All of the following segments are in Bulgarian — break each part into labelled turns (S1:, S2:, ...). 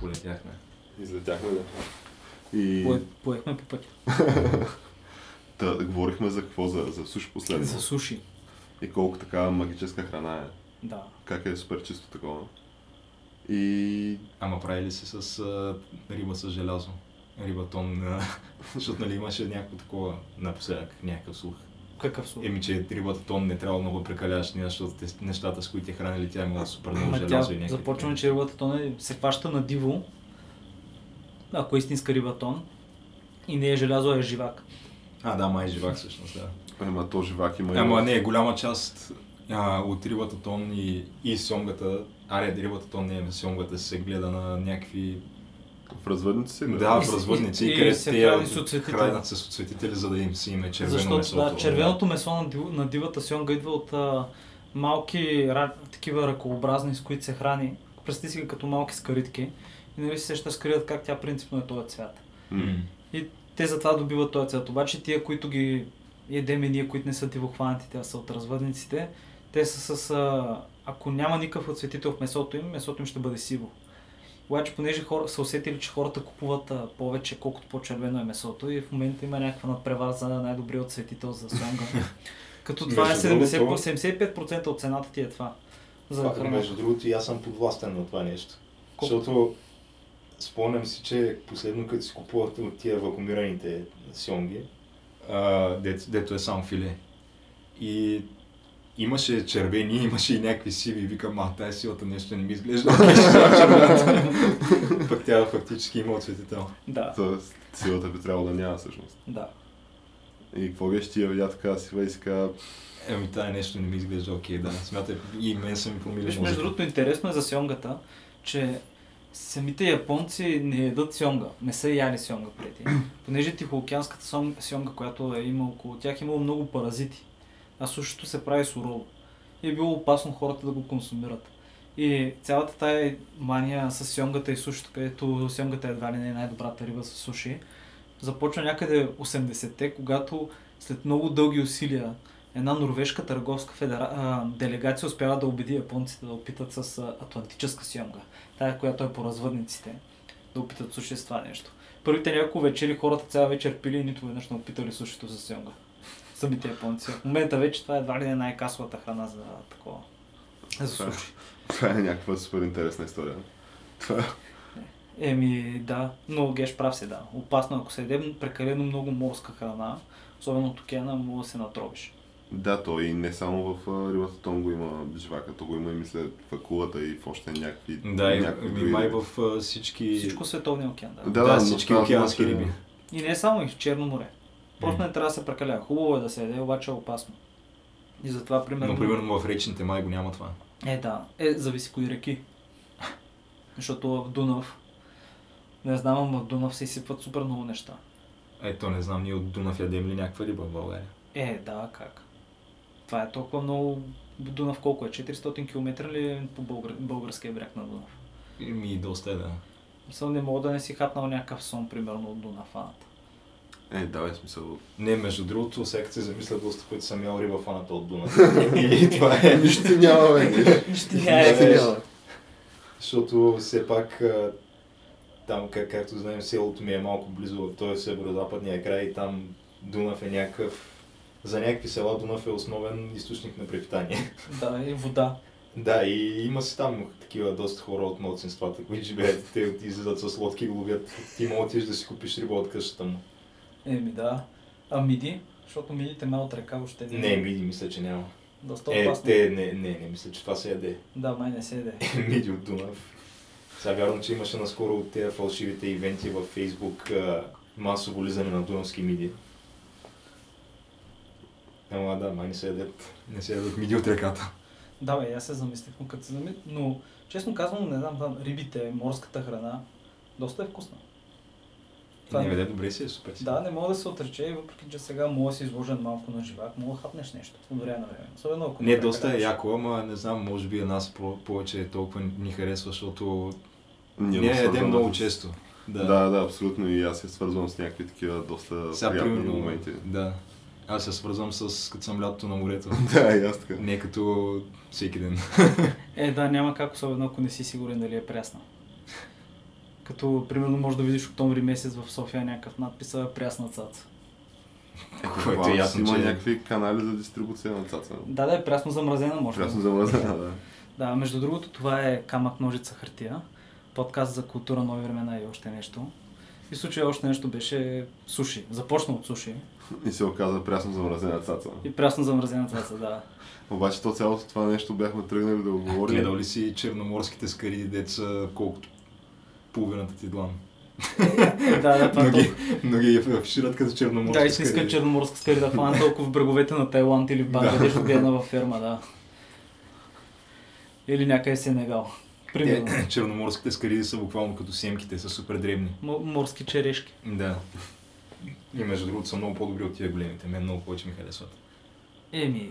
S1: Полетяхме.
S2: Излетяхме, да. И
S3: Пое- Поехме по пътя.
S2: да, да говорихме за какво, за, за суши последно.
S3: За суши.
S2: И колко така магическа храна е.
S3: Да.
S2: Как е супер чисто такова. И
S1: Ама правили се с а, риба с желязо. Риба тон, а, защото нали имаше някакво такова напоследък, някакъв слух.
S3: Какъв слух?
S1: Еми, че рибата тон не трябва много да прекаляваш, не, защото те, нещата, с които те хранили, тя е имала супер много
S3: Ма тя
S1: желязо и някакви.
S3: започваме, че рибата тон е, се хваща на диво, ако е истинска риба тон, и не е желязо, а е живак.
S1: А, да, май живак всъщност, да.
S2: ема то живак има. и-
S1: Ама не, голяма част а, от рибата тон и, и сьомгата, аре, рибата тон не е сьомгата, се гледа на някакви
S2: В развъдници си?
S1: Да,
S3: И с-
S1: в развъдници
S3: и
S1: и където
S3: се
S1: те я
S3: хранят с оцветители.
S1: хранят с оцветители, за да им си име червено нали?
S3: Защото
S1: месо.
S3: да, червеното месо на, див, на дивата сьонга идва от а, малки ра, такива ръкообразни, с които се храни. Представи си ги като малки скаритки. И нали се сещаш скаритът как тя принципно е този цвят.
S2: М.
S3: И те затова добиват този цвят. Обаче тия, които ги едем и ние, които не са дивохванати, те са от развъдниците, те са с... А, ако няма никакъв отцветител в месото им, месото им ще бъде сиво. Обаче, понеже хора, са усетили, че хората купуват а, повече, колкото по-червено е месото и в момента има някаква надпревара за най-добрия отцветител за сонга. Като това е
S4: Между
S3: 70,
S4: другото-
S3: 75% от цената ти е това. За да
S4: Това,
S3: храна.
S4: между другото, и аз съм подвластен на това нещо.
S3: Колко?
S4: Защото спомням си, че последно като си купувах от тия вакуумираните сьонги,
S1: А, дет- дето е само филе. И имаше червени, имаше и някакви сиви. Викам, а тая силата нещо не ми изглежда. Окей, ще взема червената. Пък тя фактически има оцветител.
S3: Да,
S2: Тоест, силата би трябвало да няма всъщност.
S3: да.
S2: И какво беше ти я видя така сива и си каза,
S1: Еми, тая нещо не ми изглежда окей, да. Смятай, и мен са ми промили
S3: Виж,
S1: мозъка.
S3: между другото, интересно е за сьонгата, че самите японци не ядат сьонга, не са яли сьонга преди. Понеже тихоокеанската сон- сьонга, която е има около тях, е имало много паразити. А сушито се прави сурово. И е било опасно хората да го консумират. И цялата тая мания с сьонгата и сушито, където сьонгата едва ли не е най-добрата риба с суши, започва някъде 80-те, когато след много дълги усилия една норвежка търговска федера... а, делегация успява да убеди японците да опитат с а, атлантическа сьомга, тая, която е по развъдниците, да опитат суши с това нещо. Първите няколко вечери хората цяла вечер пили и нито веднъж не опитали сушито с сьомга. Самите японци. В момента вече това едва ли не е най-касовата храна за такова. За суши.
S2: това е някаква супер интересна история. Това е
S3: Еми, да, но геш прав се, да. Опасно, ако се едем прекалено много морска храна, особено от океана, може да се натробиш.
S2: Да, то и не само в а, рибата тон го има живака, то го има и мисля в акулата и в още някакви...
S1: Да, и,
S2: някакви
S1: и
S2: други
S1: май
S2: риби.
S1: в а, всички...
S3: Всичко в световния океан,
S2: Да,
S3: да.
S1: Да,
S2: но значи-
S1: всички
S2: става дума,
S1: океански
S2: че-
S1: риби.
S3: И не е само и в Черно море. Просто
S1: Мгм.
S3: не трябва да се прекалява. Хубаво е да се яде, обаче е опасно. И затова, примерно...
S1: Но примерно в речните май го няма това.
S3: Е, да. Е, зависи кои реки. Защото в Дунав... Не знам, ама в Дунав се изсипват супер много неща.
S1: Ето, не знам, ние от Дунав ядем ли някаква риба в България.
S3: Е, да, как? Това е толкова много... Дунав колко е? 400 км ли е по българ... българския бряг на Дунав?
S1: Ми доста е да.
S3: Съм не мога да не си хапнал някакъв сон, примерно, от Дунафаната.
S2: Е, давай смисъл.
S1: Не, между другото,
S4: всеки се замисля доста пъти съм ял риба фаната от Дунав. И това е.
S2: Нищо ти няма, бе.
S3: Ще
S4: е,
S2: Нищо ти
S4: бе.
S2: няма.
S4: Защото все пак а, там, как, както знаем, селото ми е малко близо, той е северо-западния край и там Дунав е някакъв... За някакви села Дунав е основен източник на препитание.
S3: Да, и вода.
S4: Да, и има си там такива доста хора от младсинствата, които живеят. Те от- излизат с лодки и го ловят. Ти мога да отидеш да си купиш риба от къщата му.
S3: Еми да. А миди? Защото мидите ме от река въобще не...
S4: Не, миди мисля, че няма.
S3: Доста
S4: Е,
S3: опасно.
S4: те, не, не, не, мисля, че това се яде.
S3: Да, май не се яде.
S4: миди от Дунав. Сега вярвам, че имаше наскоро от тези фалшивите ивенти във Фейсбук а, масово лизане на дунавски миди. Ама да, май не се ядат.
S1: Не се ядат миди от реката.
S3: Да, бе, и аз се замислих, но като се замис... Но, честно казвам, не знам, там рибите, морската храна, доста е вкусна. Това
S1: Не,
S3: е-
S1: бе, да, добре си е, супер си.
S3: Да, не мога да се отрече, и въпреки че сега мога да си изложен малко на живак, мога да хапнеш нещо от време на време. Особено ако...
S1: Не, доста е
S3: прекаляваш.
S1: яко, ама не знам, може би е нас по- повече е толкова ни харесва, защото
S2: Ние
S1: не
S2: го свързваме
S1: ядем много
S2: с-
S1: често. Да.
S2: Да, да, абсолютно. И аз се свързвам с някакви такива доста
S1: Сега
S2: приятни
S1: примерно,
S2: моменти.
S1: да. Аз се свързвам с като съм лятото на морето.
S2: Да, и аз така.
S1: не като всеки ден.
S3: Е, да, няма как, особено ако не си сигурен дали е прясна. Като, примерно, може да видиш октомври месец в София някакъв надпис а, прясна цаца.
S1: Което е ясно,
S2: има
S1: че-
S2: някакви канали за дистрибуция на цаца.
S3: Да, да, е прясно замразена, може.
S2: Прясно
S3: да.
S2: замръзна, да.
S3: Да, между другото, това е Камък, ножица, хартия. Подкаст за култура, нови времена и още нещо. И в случая още нещо беше суши. Започна от суши.
S2: И се оказа прясно замразена цаца.
S3: И прясно замразена цаца, да.
S2: Обаче то цялото това нещо бяхме тръгнали да го
S1: Гледал
S2: говорим.
S1: ли си черноморските скари, деца, колкото половината ти длан?
S3: Да, да, това е
S1: Ноги,
S3: толкова.
S1: ноги афишират като черноморски
S3: Да,
S1: скари.
S3: истинска черноморска скари да фана толкова в бреговете на Тайланд или в Бангладеш, отгледана във ферма, да. Или някъде в Сенегал. Примерно.
S1: Те, черноморските скариди са буквално като семките, са супер дребни.
S3: М- морски черешки.
S1: Да. И между другото са много по-добри от тия големите. Мен много повече ми харесват.
S3: Еми,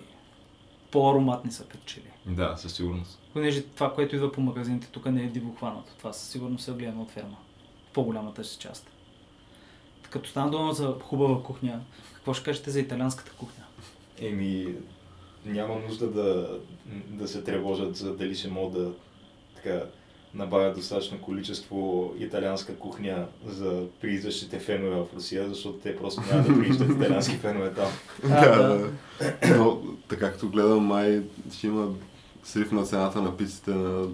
S3: по-ароматни са като че ли.
S1: Да, със сигурност.
S3: Понеже това, което идва по магазините, тук не е диво хванато. Това със сигурност е гледано от ферма. В по-голямата си част. Като стана дума за хубава кухня, какво ще кажете за италианската кухня?
S4: Еми, няма нужда да, да се тревожат за дали ще могат да така, набавят достатъчно количество италианска кухня за прииждащите фенове в Русия, защото те просто няма да прииждат италиански фенове там.
S3: А, да.
S2: Но така като гледам, май ще има срив на цената на пиците на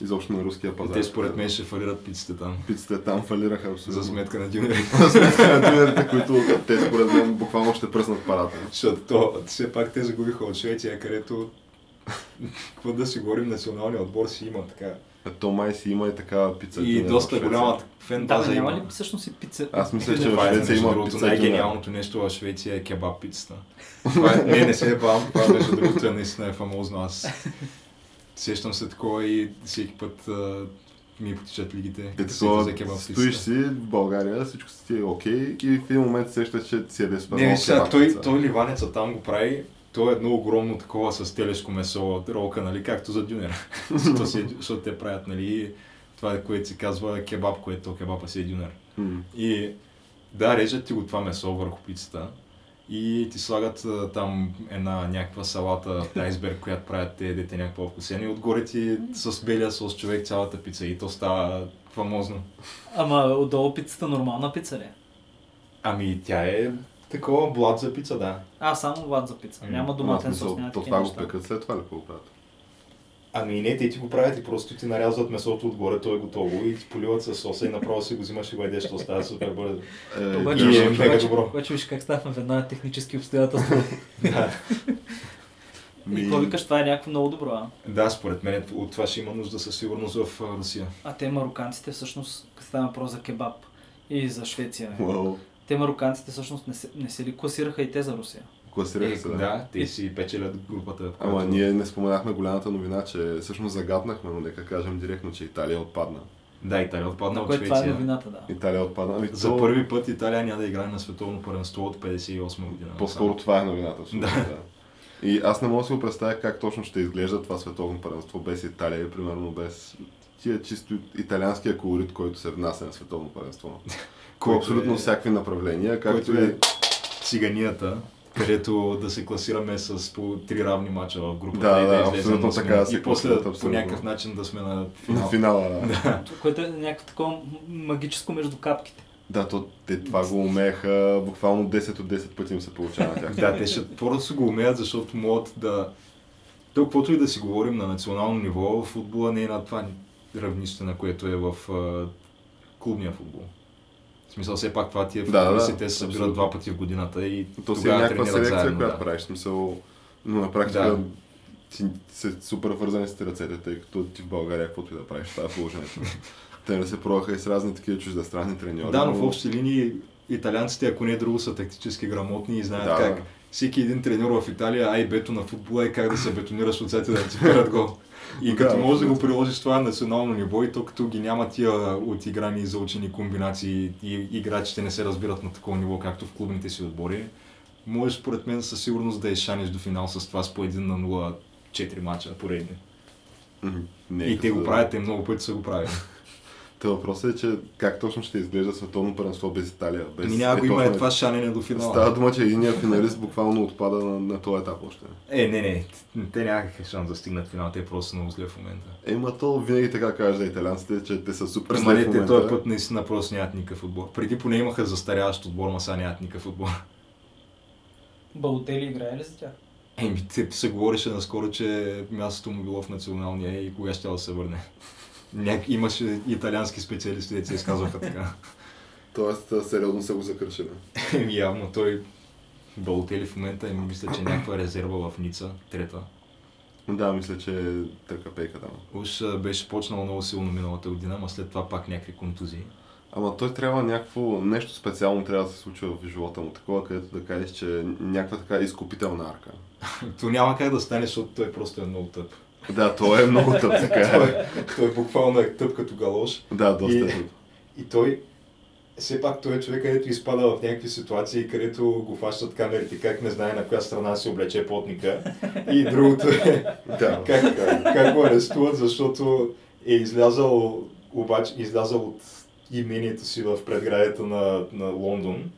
S2: изобщо на руския пазар.
S1: Те според мен ще фалират пиците там.
S2: Пиците там фалираха абсолютно.
S1: За сметка на дюнери.
S2: За сметка на дюнерите, които те според мен буквално ще пръснат парата.
S1: Защото то, все пак те загубиха от
S4: е
S1: Швеция, където какво да си говорим, националния отбор си има така.
S2: А Е, то май си има и такава пица.
S1: И
S2: дюнер в
S1: доста
S2: Швеция.
S1: голяма фен
S3: Да,
S1: база
S3: бе, няма
S1: има.
S3: ли всъщност и пица?
S2: Аз мисля, че
S1: Това
S2: в
S1: е
S2: Швеция
S1: между
S2: има
S1: другото
S2: пица и дюнер.
S1: най-гениалното нещо в Швеция е кебаб пицата. Това е, не, не се е бам, това между другото е наистина е фамозно. Аз сещам се такова и всеки път а, ми потичат лигите.
S2: Е
S1: Касите за
S2: такова,
S1: кебаб
S2: стоиш
S1: пицата.
S2: си в България, всичко си ти е окей и в един момент сещаш, че си е респа.
S1: Не, виж сега, той, той ливанеца там го прави. То е едно огромно такова с телешко месо, ролка, нали, както за дюнер. Защото си е дю- защото те правят, нали, това, което се казва кебаб, което кебапа си е дюнер. И да, режат ти го това месо върху пицата и ти слагат а, там една някаква салата, айсберг, която правят те дете някаква вкусена и отгоре ти с белия сос човек цялата пица и то става фамозно.
S3: Ама отдолу пицата нормална пица ли? е?
S1: Ами тя е такова блат за пица, да.
S3: А, само ват за пица.
S1: М,
S3: Няма доматен сос, няма
S2: То
S3: такива
S2: това го
S3: неща.
S2: пекат след това ли какво правят?
S4: Ами не, те ти го правят и просто ти нарязват месото отгоре, то е готово и ти поливат с соса и направо си го взимаш и го ядеш, то става супер бързо.
S2: Е,
S3: Обаче,
S2: и-
S4: е
S3: виж-
S4: мега
S3: обаче,
S4: добро.
S3: обаче виж как ставаме в една технически обстоятелства.
S4: Да.
S3: И какво викаш, това е някакво много добро, а?
S1: Да, според мен от това ще има нужда със сигурност в а, Русия.
S3: А те мароканците всъщност, като става въпрос за кебаб и за Швеция, бе.
S2: Уау,
S3: те мароканците всъщност не се, не се ли класираха и те за Русия?
S2: класирах се. да.
S1: Е, да, те си печелят групата. в
S2: Ама
S1: която-
S2: ние не споменахме голямата новина, че всъщност загаднахме, но нека кажем директно, че Италия отпадна.
S1: Да, Италия отпадна
S3: На
S1: от
S3: което това е
S1: Швеция.
S3: новината, да.
S2: Италия отпадна. Ами
S1: За
S2: то-
S1: първи път Италия няма да играе на световно първенство от 58 година.
S2: По-скоро това е новината. всъщност, Да. И аз не мога да си го представя как точно ще изглежда това световно първенство без Италия и примерно без тия чисто италианския колорит, който се внася на световно първенство. Ко
S1: Който
S2: абсолютно
S1: е-
S2: всякакви направления, както
S1: Който
S2: и...
S1: е циганията, където да се класираме с по три равни мача в групата.
S2: Да,
S1: и
S2: да,
S1: излезем
S2: абсолютно
S1: сме-
S2: така да се
S1: И после
S2: класират,
S1: по
S2: абсолютно.
S1: някакъв начин да сме на
S2: На
S1: финал.
S2: финала. Да,
S3: Което е някакво такова м- магическо между капките.
S2: да то, те това го умееха, буквално 10 от 10 пъти им се получава на тях.
S1: Да, те ще просто го умеят, защото могат да... То, каквото и да си говорим на национално ниво, футбола не е на това равнище, на което е в а, клубния футбол. В смисъл, все пак това ти е
S2: Да, да, да,
S1: футболисти, те се събират
S2: абсолютно.
S1: два пъти в годината и
S2: То си е
S1: тогава
S2: някаква
S1: тренират
S2: селекция,
S1: заедно,
S2: която
S1: да.
S2: правиш. Смисъл, но на практика
S1: Да.
S2: ти, ти се супер вързани с ръцете, тъй като ти в България каквото и да правиш, това е положението. Те не се пробваха и с разни такива чуждестранни треньори.
S1: Да, но в общи линии италианците, ако не е друго, са тактически грамотни и знаят
S2: Да,
S1: как
S2: да.
S1: всеки един тренер в Италия, ай бето на футбола е как да се бетонираш от зете да ти вкарат гол. И като
S2: Да,
S1: можеш да го
S2: абсолютно.
S1: приложиш това на национално ниво и то като ги няма тия отиграни и заучени комбинации и играчите не се разбират на такова ниво, както в клубните си отбори, можеш според мен със сигурност да изшаниш до финал с това с по 1 на 0 4 мача поредни.
S2: Не,
S1: и те
S2: като-
S1: го правят, те много пъти са го правили.
S2: Та въпросът е, че как точно ще изглежда световно първенство без Италия? Без...
S1: Ми няма го има
S2: точно
S1: е това шанене до финала.
S2: Става дума, че единият финалист буквално отпада на, на този етап още.
S1: Е, не, не, те някакъв шанс да стигнат финал, те просто са много зле в момента.
S2: Ема Е, то винаги така кажеш за италянците, че те са супер
S1: Ама
S2: зле
S1: не,
S2: в
S1: Нали, те
S2: момента.
S1: този път наистина просто нямат никакъв отбор. Преди поне имаха застаряващ отбор, ма сега нямат никакъв отбор.
S3: Балотели играе ли за тях?
S1: Еми, те се говореше наскоро, че мястото му било в националния и кога ще да се върне. Няк... Имаше италиански специалисти, де се изказваха така.
S2: Тоест а, сериозно са го закръшили.
S1: Еми, явно той Балотели в момента и мисля, че някаква резерва в Ница, трета.
S2: Да, мисля, че е търка пейка там.
S1: Уж а, беше почнал много силно миналата година, ма след това пак някакви контузии.
S2: Ама той трябва някакво, нещо специално трябва да се случва в живота му, такова, където да кажеш, че някаква така изкупителна арка.
S1: То няма как да стане, защото той просто е много тъп.
S2: Да, той е много тъп, така
S1: Той,
S2: е.
S1: той буквално е тъп като галош.
S2: Да, доста
S1: И-
S2: е тъп.
S4: И той, все пак той е човек, където изпада в някакви ситуации, където го фащат камерите, как не знае на коя страна се облече потника. И другото е
S2: Да.
S4: как, как го арестуват, защото е излязал, обаче, излязал от имението си в предградията на, на Лондон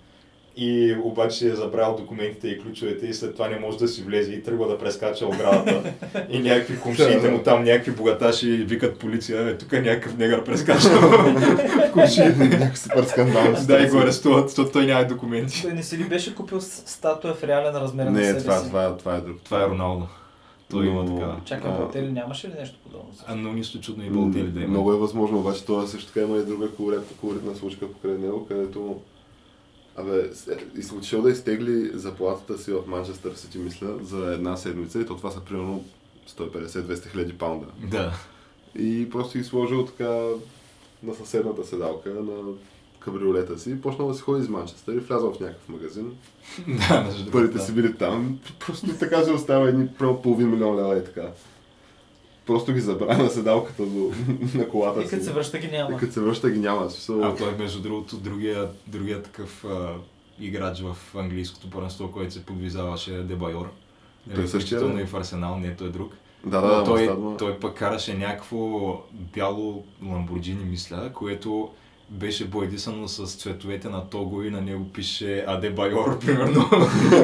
S4: и обаче е забрал документите и ключовете и след това не може да си влезе и тръгва да прескача оградата. И някакви комшиите му там, някакви богаташи викат полиция, е, тук някакъв негър прескача в комшиите.
S2: Някакъв супер скандал.
S4: Да, и го арестуват, защото той няма документи.
S3: Той не си ли беше купил с- статуя в реален размер на
S2: Не,
S3: себе
S2: това,
S3: си?
S2: това, е- това е друг.
S1: Това е Роналдо. Той има
S2: Но-
S1: такава.
S3: Чакай,
S2: А.
S3: Балотели нямаше ли нещо подобно?
S1: А, но нищо чудно и Балотели да има.
S2: Много е възможно, обаче това също така има и друга колоритна, колоритна случка покрай него, където Абе, с- е, is- отишъл да изтегли заплатата си в Манчестър Сити, мисля, за една седмица и то това са примерно 150-200 хиляди паунда.
S1: Да.
S2: И просто ги сложил така на съседната седалка на кабриолета си и почнал да си ходи из Манчестър и влязъл в някакъв магазин.
S1: Да, между другото,
S2: Парите
S1: да.
S2: си били там, просто така се остава едни прямо половин милион лева и така. Просто ги забра на седалката до, на колата си.
S3: И като се връща ги
S2: И
S3: няма.
S2: Е, като се връща ги няма. в Смисъл...
S1: А той, между другото, другия, другия такъв а, играч в английското първенство, който се подвизаваше Дебайор.
S2: Той е същия,
S1: Включително
S2: да.
S1: и в Арсенал, не той е друг.
S2: да, да,
S1: Но
S2: да,
S1: той, е
S2: той, той...
S1: той пък караше някакво бяло ламборджини, мисля, което беше боядисано с цветовете на Того и на него пише Аде Байор, примерно,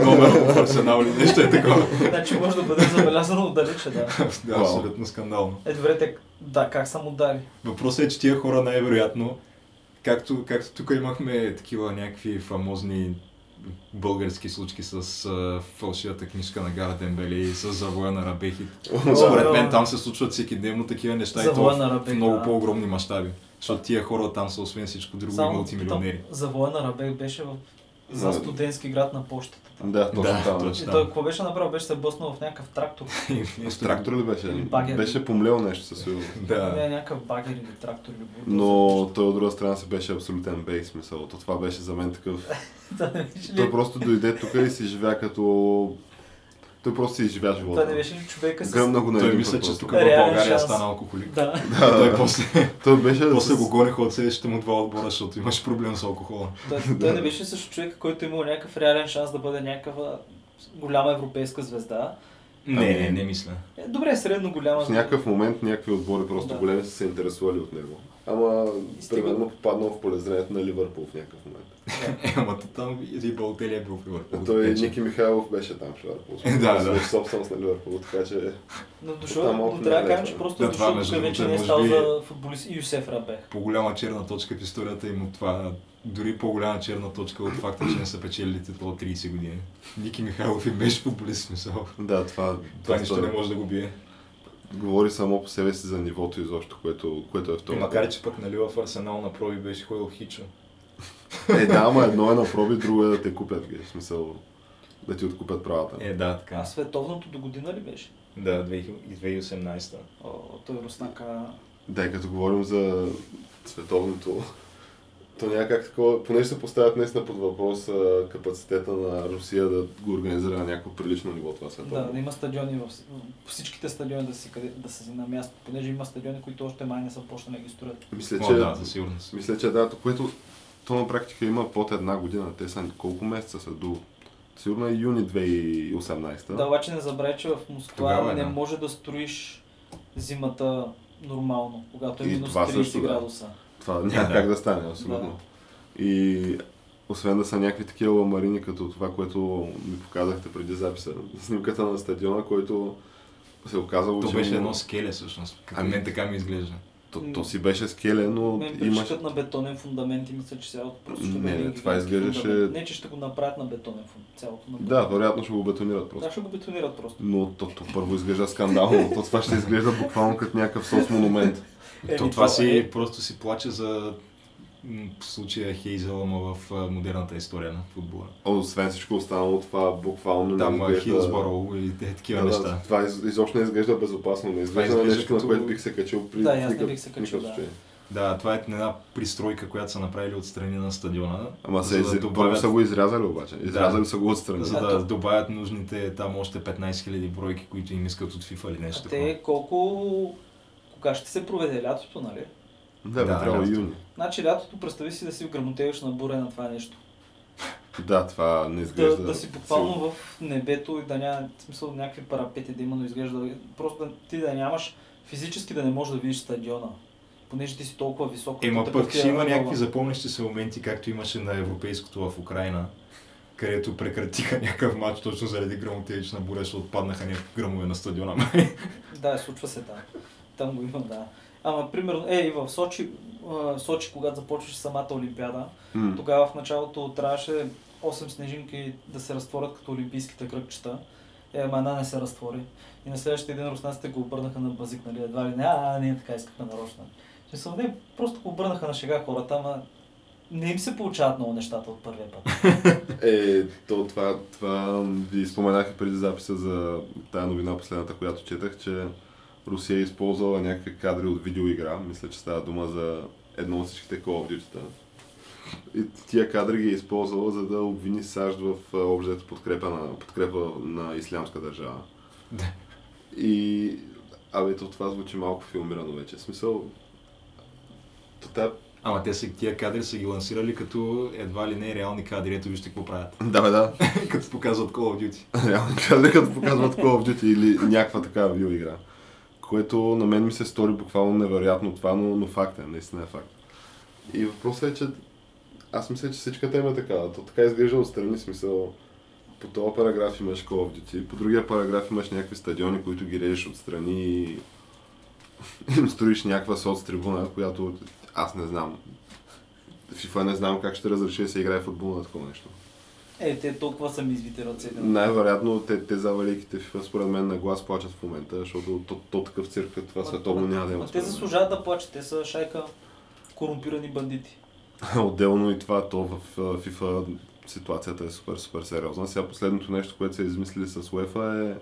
S1: номер в Арсенал или нещо е такова.
S3: Значи може да бъде забелязано отдалече, да.
S1: да,
S2: Вау.
S1: абсолютно скандално.
S3: Е, добре, те, да, как са му удари?
S1: Въпросът е, че тия хора най-вероятно, както, както тук имахме такива някакви фамозни български случки с а, фалшивата книжка на Гара Дембели и с завоя на Рабехи. Според мен там се случват всеки ден но такива неща и то
S3: Завоя на
S1: в- в
S3: Рабех,
S1: много
S3: да.
S1: по-огромни мащаби. Защото тия хора там са освен всичко друго и мултимилионери.
S3: за воена Рабек беше в за
S2: Да.
S3: студентски град на почтата.
S2: Да, точно
S1: Да,
S2: там.
S1: точно.
S3: И той какво беше направил? Беше се бъснал в някакъв трактор.
S2: С трактор ли беше?
S3: Или багер.
S2: Беше помлел нещо със сигурност.
S3: Не,
S1: Да.
S3: някакъв багер или трактор или бульдозер.
S2: Но той от друга страна си беше абсолютен бейс, смисъл. То това беше за мен такъв.
S3: Да, не беше ли-
S2: Той просто е дойде тук и си живя като... Той просто си изживя живота.
S3: Това не беше ли човека с...
S2: Гръмна го на
S1: Той
S2: един
S1: мисля,
S2: път
S1: че
S2: просто.
S1: тук в
S3: Реален
S1: България
S3: шанс.
S1: стана алкохолик.
S3: Да.
S1: Той после,
S2: Той беше...
S1: после
S2: с-
S1: го гониха от следващите му два отбора, защото имаш проблем с алкохола.
S3: Той, той не беше също човек, който е имал някакъв реален шанс да бъде някаква голяма европейска звезда.
S1: Не, не, не мисля.
S3: Е, добре, средно голяма
S2: В някакъв момент някакви отбори просто
S3: Да.
S2: големи са се интересували от него. Ама,
S3: И стига.
S2: примерно, попаднал в полезрението на Ливърпул в някакъв момент.
S1: Е, Ама то там и Балтелия е бил в Ливърпул.
S2: Е, Той
S1: така че-
S2: Ники Михайлов беше там в Ливърпул.
S1: Е, да, да.
S2: Беше собственост на Ливърпул, така че...
S3: Но дошъл,
S2: Там
S3: но
S2: малко е.
S3: трябва да
S2: не
S3: кажем,
S2: лесно.
S3: че просто
S1: Да, това
S3: дошъл
S1: между
S3: тук вече
S1: другото,
S3: не е
S1: може
S3: стал
S1: би-
S3: за футболист Юсеф Рабех.
S1: по-голяма черна точка в историята им от това. Дори по-голяма черна точка от факта, че не са печелили титла от 30 години. Ники Михайлов им беше футболист, смисъл.
S2: Да, това...
S1: Това нищо не може да го бие.
S2: Говори само по себе си за нивото изобщо, което, което е в този.
S4: Макар, че пък нали в Арсенал на проби беше ходил Хичо.
S2: Е, да, ама едно е на проби, друго е да те купят, ги. В смисъл, да ти откупят правата.
S1: Е, да, така.
S3: А световното до година ли беше?
S4: Да, 2018.
S3: О, той руснака...
S2: Да, и като говорим за световното, То някак такова, понеже се поставят наистина под въпрос а, капацитета на Русия да го организира на някакво прилично ниво това
S3: Да,
S2: световно.
S3: да има стадиони, в... по всичките стадиони да, си, къде, да са си на място, понеже има стадиони, които още май не са почнали да ги строят.
S2: Мисля,
S1: О,
S2: че,
S1: да, със сигурност.
S2: мисля, че да, то, което то на практика има под една година. Те са колко месеца са до... Сигурно е юни 2018.
S3: Да, обаче не забравяй, че в Москва
S1: Тогава е,
S3: не
S1: да.
S3: може да строиш зимата нормално, когато е
S2: И
S3: минус
S2: това
S3: 30
S2: също, да.
S3: градуса.
S2: Това няма
S1: да.
S2: как да стане, абсолютно. И освен да са някакви такива ламарини, като това, което ми показахте преди записа, снимката на стадиона, който се оказало,
S1: То
S2: че...
S1: беше
S2: му-
S1: едно скеле всъщност. Като
S2: Ами-
S1: мен така ми изглежда.
S2: То, то си беше скеле, но
S3: Мен
S2: имаш...
S3: приличат на бетонен фундамент и мисля, че цялото просто ще
S2: Не,
S3: бъде
S2: не,
S3: един
S2: това
S3: гигантски
S2: изглеждаше-
S3: фундамент. Не, че ще го направят на бетонен фундамент, цялото на
S2: Да,
S3: бетонен.
S2: вероятно ще го бетонират просто.
S3: Да, ще го бетонират просто.
S2: Но то, то първо изглежда скандално, то това ще изглежда буквално като някакъв соц монумент.
S3: Еми,
S1: То това си
S3: е.
S1: просто си плаче за м, в случая Хейзел, ама в а, модерната история на футбола.
S2: Освен всичко останало, това буквално
S1: Там а,
S2: не изглежда...
S1: Хилсборо и те такива
S2: е- Да, да,
S1: неща.
S2: Това из, изобщо не изглежда безопасно, не изглежда, на
S1: изглежда
S2: нещо, на
S1: като-
S2: което бих се качил при
S3: Да, и аз не
S2: никак-
S3: бих се качил,
S2: никакъв
S3: да.
S2: случай.
S1: Да, това е една пристройка, която са направили отстрани на стадиона.
S2: Ама се,
S1: за да
S2: да
S1: добавят,
S2: са го изрязали обаче. Изрязали са го отстрани.
S1: за
S2: Да.
S1: да добавят нужните там още 15 000 бройки, които им искат от FIFA или нещо
S3: А
S1: такова.
S3: те колко... Кога ще се проведе лятото, нали?
S2: Да,
S1: Да,
S2: да, трябва
S1: лятото.
S2: юни.
S3: Значи лятото, представи си да си грамотееш на буре на това нещо.
S2: Да, това не
S3: Да,
S2: изглежда.
S3: да си буквално в небето и да няма в смисъл някакви парапети да има, но изглежда. Просто да, ти да нямаш физически да не можеш да видиш стадиона. Понеже ти си толкова
S4: Е,
S3: високо.
S1: Ема
S3: ти е
S1: пък
S3: такъв
S1: ще има
S3: тия-
S1: някакви запомнящи се моменти, както имаше на европейското в Украина, където прекратиха някакъв матч точно заради грамотевична буря, защото отпаднаха някакви гръмове на стадиона. май.
S3: Да, случва се там. Там го има, да. Ама, примерно, е, и в Сочи, а, Сочи, когато започваше самата Олимпиада,
S2: М,
S3: тогава в началото трябваше 8 снежинки да се разтворят като олимпийските кръгчета. Е, ама една не се разтвори. И на следващия ден руснаците го обърнаха на базик, нали? Едва ли не, а, ние така искахме нарочно. В Смисъл, не, просто го обърнаха на шега хората, ама не им се получават много нещата от първия път.
S2: Е, то това, това ви споменах и преди записа за тая новина последната, която четах, че Русия е използвала някакви кадри от видеоигра. Мисля, че става дума за едно от всичките Call of Duty-та. И тия кадри ги е използвала, за да обвини САЩ в а, общата подкрепа на, подкрепа на ислямска държава.
S1: Да.
S2: И... Абе, то това звучи малко филмирано вече. В смисъл... То тая...
S1: Ама те са, тия кадри са ги лансирали като едва ли не реални кадри, ето вижте какво правят.
S2: Да, бе, да.
S1: като показват Call of Duty.
S2: Реално казали, като показват Call of Duty или някаква такава видеоигра. Което на мен ми се стори буквално невероятно това, но, но факт е, наистина е факт. И въпросът е, че аз мисля, че всичката има такава. То така изглежда отстрани смисъл. По този параграф имаш Call of Duty, по другия параграф имаш някакви стадиони, които ги режеш отстрани и им строиш някаква соц трибуна, която аз не знам. FIFA не знам как ще разреши да се играе футбол на такова нещо.
S3: Е, те толкова са ми извити ръцете.
S2: Най-вероятно те, те за великите FIFA според мен на глас плачат в момента, защото то, то такъв цирк като това
S3: Ма-
S2: световно няма да
S3: Ама
S2: има.
S3: те
S2: според мен.
S3: заслужават да плачат, те са шайка корумпирани бандити.
S2: Отделно и това, то в а, FIFA ситуацията е супер, супер сериозна. Сега последното нещо, което са измислили с UEFA е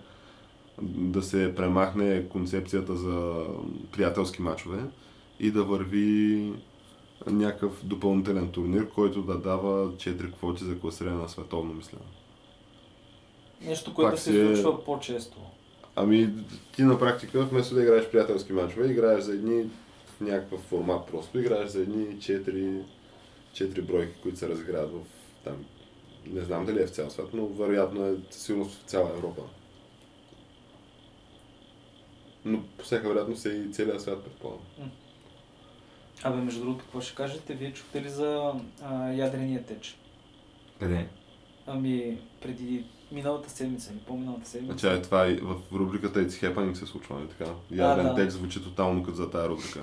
S2: да се премахне концепцията за приятелски матчове и да върви някакъв допълнителен турнир, който да дава 4 квоти за класиране на световно, мисля.
S3: Нещо, което
S2: Пак
S3: да се
S2: си е-
S3: случва по-често.
S2: Ами, ти на практика, вместо да играеш приятелски мачове, играеш за едни в някакъв формат просто. Играеш за едни четири, четири бройки, които се разиграват в там. Не знам дали е в цял свят, но вероятно е със сигурност в цяла Европа. Но по всяка вероятност е и целият свят, предполагам.
S3: Абе, между другото, какво ще кажете? Вие чухте ли за а, ядрения теч?
S1: Къде?
S3: Ами, преди миналата седмица, не по-миналата седмица.
S2: Значи, е, това и в рубриката It's Happening се случва, не така? Ядрен да.
S3: да.
S2: текст звучи тотално като за тая рубрика.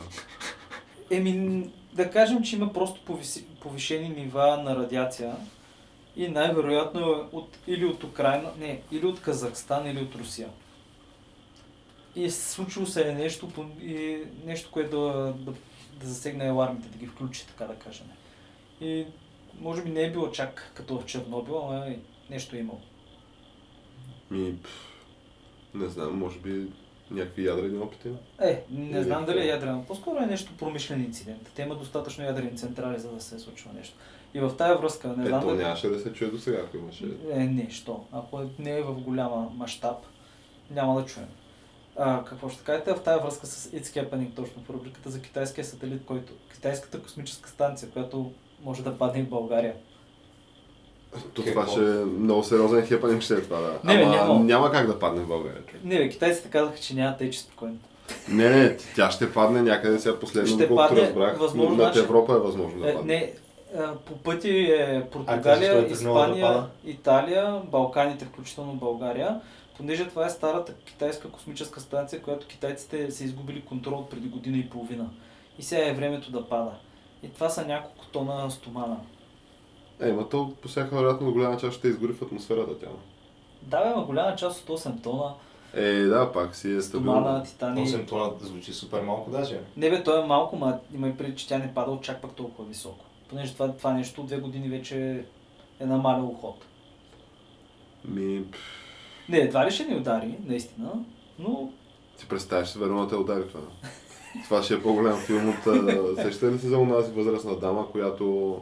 S3: Еми, н- да кажем, че има просто повиси- повишени нива на радиация и най-вероятно е от, или от Украина, не, или от Казахстан, или от Русия. И случило се е нещо, по- и нещо което да, да, да засегне алармите, да ги включи, така да кажем. И може би не е било чак като в Чернобил, ама е- нещо е имало.
S2: Ми, пф, не знам, може би Някакви ядрени опити.
S3: Е, не знам дали е ядрено. По-скоро е нещо промишлен инцидент. Те имат достатъчно ядрени централи, за да се случва нещо. И в тая връзка, не знам
S2: Ето,
S3: дали...
S2: Е, нямаше да се чуе до сега, ако имаше.
S3: Е, нещо. Ако не е в голяма мащаб, няма да чуем. А, какво ще кажете в тази връзка с It's Happening, точно в рубриката за китайския сателит, който, китайската космическа станция, която може да падне в България.
S4: Какво?
S2: То това ще е много сериозен хепанинг ще е това, да.
S3: Не, бе,
S2: Ама
S3: няма.
S2: няма как да падне в България. човек.
S3: Не, бе, китайците казаха, че няма тече спокойно.
S2: Не, не, тя ще падне някъде сега последно,
S3: Ще
S2: доколкото
S3: падне,
S2: разбрах.
S3: възможно,
S2: Над
S3: значи-
S2: Европа е възможно да
S3: Е,
S2: падне.
S3: не, а, по пъти е
S4: А
S3: Португалия,
S4: тези, които е тръгнала да
S3: Испания,
S4: пада?
S3: Италия, Балканите, включително България. Понеже това е старата китайска космическа станция, която китайците са изгубили контрол преди година и половина. И сега е времето да пада. И това са няколко тона стомана.
S2: Е, ма то по всяка вероятност голяма част ще изгори в атмосферата тя.
S3: Да, бе, ма голяма част от 8 тона,
S2: Е, да, пак си е
S3: стомана,
S2: стабилно.
S3: титани.
S4: 8 тона звучи супер малко даже.
S3: Не бе, той е малко, ма има и преди, че тя не пада от чак пак толкова високо. Понеже това, това нещо две години вече е намаляло ход.
S2: Ми, пф,
S3: Не, едва ли ще ни удари, наистина, но
S2: ти представяш, се, верно да те удари това. Това ще е по-голям филм от... а, Сещате ли се за онази възрастна дама, която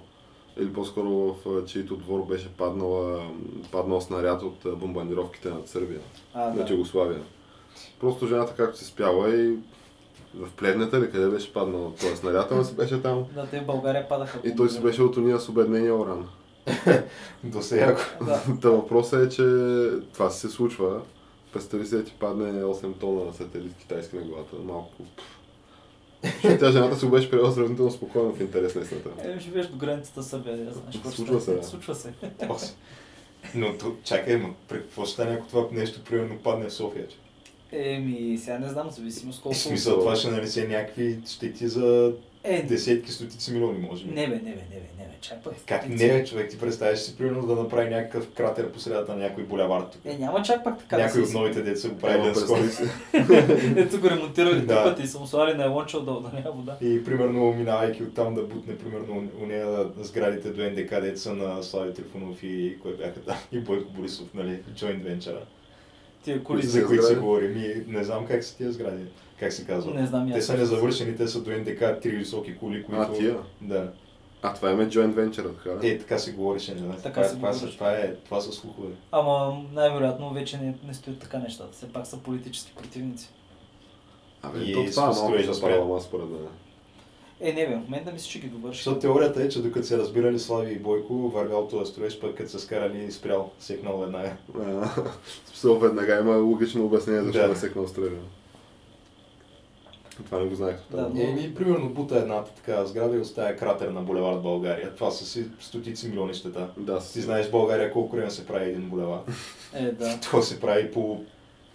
S2: или по-скоро в а, чийто двор беше паднала, м, паднал снаряд от а, бомбардировките над Сърбия,
S3: а,
S2: над
S3: да.
S2: Югославия. Просто жената както се спяла и в плевнята ли къде беше паднал този снаряд, ама си беше там.
S3: да, те в България падаха.
S2: И той си беше от уния с обеднения уран.
S4: До сега.
S3: Да.
S2: Та въпросът е, че това се случва. Представи си, че падне 8 тона на сателит китайски на главата. Малко. пф. Защото тя жената се го беше приела сравнително спокойно в интерес на истината.
S3: Е, живееш до границата с Сърбия, знаеш. какво ще
S2: Случва се,
S3: стане.
S2: да.
S3: Случва се.
S4: Ох, Но то, чакай, ма, при- какво ще стане, ако това нещо примерно падне в София? че?
S3: Еми, Е, сега не знам, зависимо с
S4: В
S3: колко...
S4: смисъл, това ще нанесе някакви щети за
S3: Е, не,
S4: десетки, стотици милиони, може би.
S3: не бе, не бе, не бе, не бе, чай Е, пак.
S4: Как не, е? бе, човек, ти представяш си примерно да направи някакъв кратер по средата на някой булевард тук.
S3: Е, няма чак пак така
S4: Някой
S3: да
S4: от
S3: се...
S4: новите деца го прави
S2: Ама
S4: ден скоро.
S2: представи си.
S3: Ето го ремонтирали да.
S4: Да.
S3: пъти и съм слали на елончо да да няма вода.
S4: И примерно минавайки оттам да бутне примерно у нея сградите до НДК деца на Слави Трифонов и кой бяха там, и Бойко Борисов, нали, Joint Venture.
S3: Тия коли.
S4: Коли,
S2: са
S4: за които се
S2: сгради?
S4: говори. Ми, не знам как са тия сгради, как се казва.
S3: Не знам и аз.
S4: Те са незавършени, те са до НДК три високи кули, които...
S2: А, тия.
S4: Да.
S2: А това им е joint venture, така ли?
S4: Е, така се говореше, не знам.
S3: Така
S4: това,
S3: се
S4: това, са-
S3: говореше.
S4: това, е, това са слухове.
S3: Ама най-вероятно вече не, не стоят така нещата. Все пак са политически противници.
S2: Абе,
S4: и
S2: то това е малко
S4: строежа
S2: за
S4: спря.
S2: паралама, според мен.
S3: Е, не бе, в момента мисля, че ги довърши.
S4: Защото теорията е, че докато се разбирали Слави и Бойко, вървял това строеж, пък като се скарали и спрял, секнал веднага.
S2: А, В смисъл, веднага има логично обяснение защо
S4: Да.
S2: не се конструира. Това не го знаех. тотално.
S3: Да.
S4: Еми, примерно бута едната така сграда и оставя кратер на булевард България. Това са си стотици милиони щета.
S2: Да,
S4: Ти
S2: си знаеш.
S4: знаеш България колко време се прави един булевард.
S3: Е, да.
S4: Това се прави по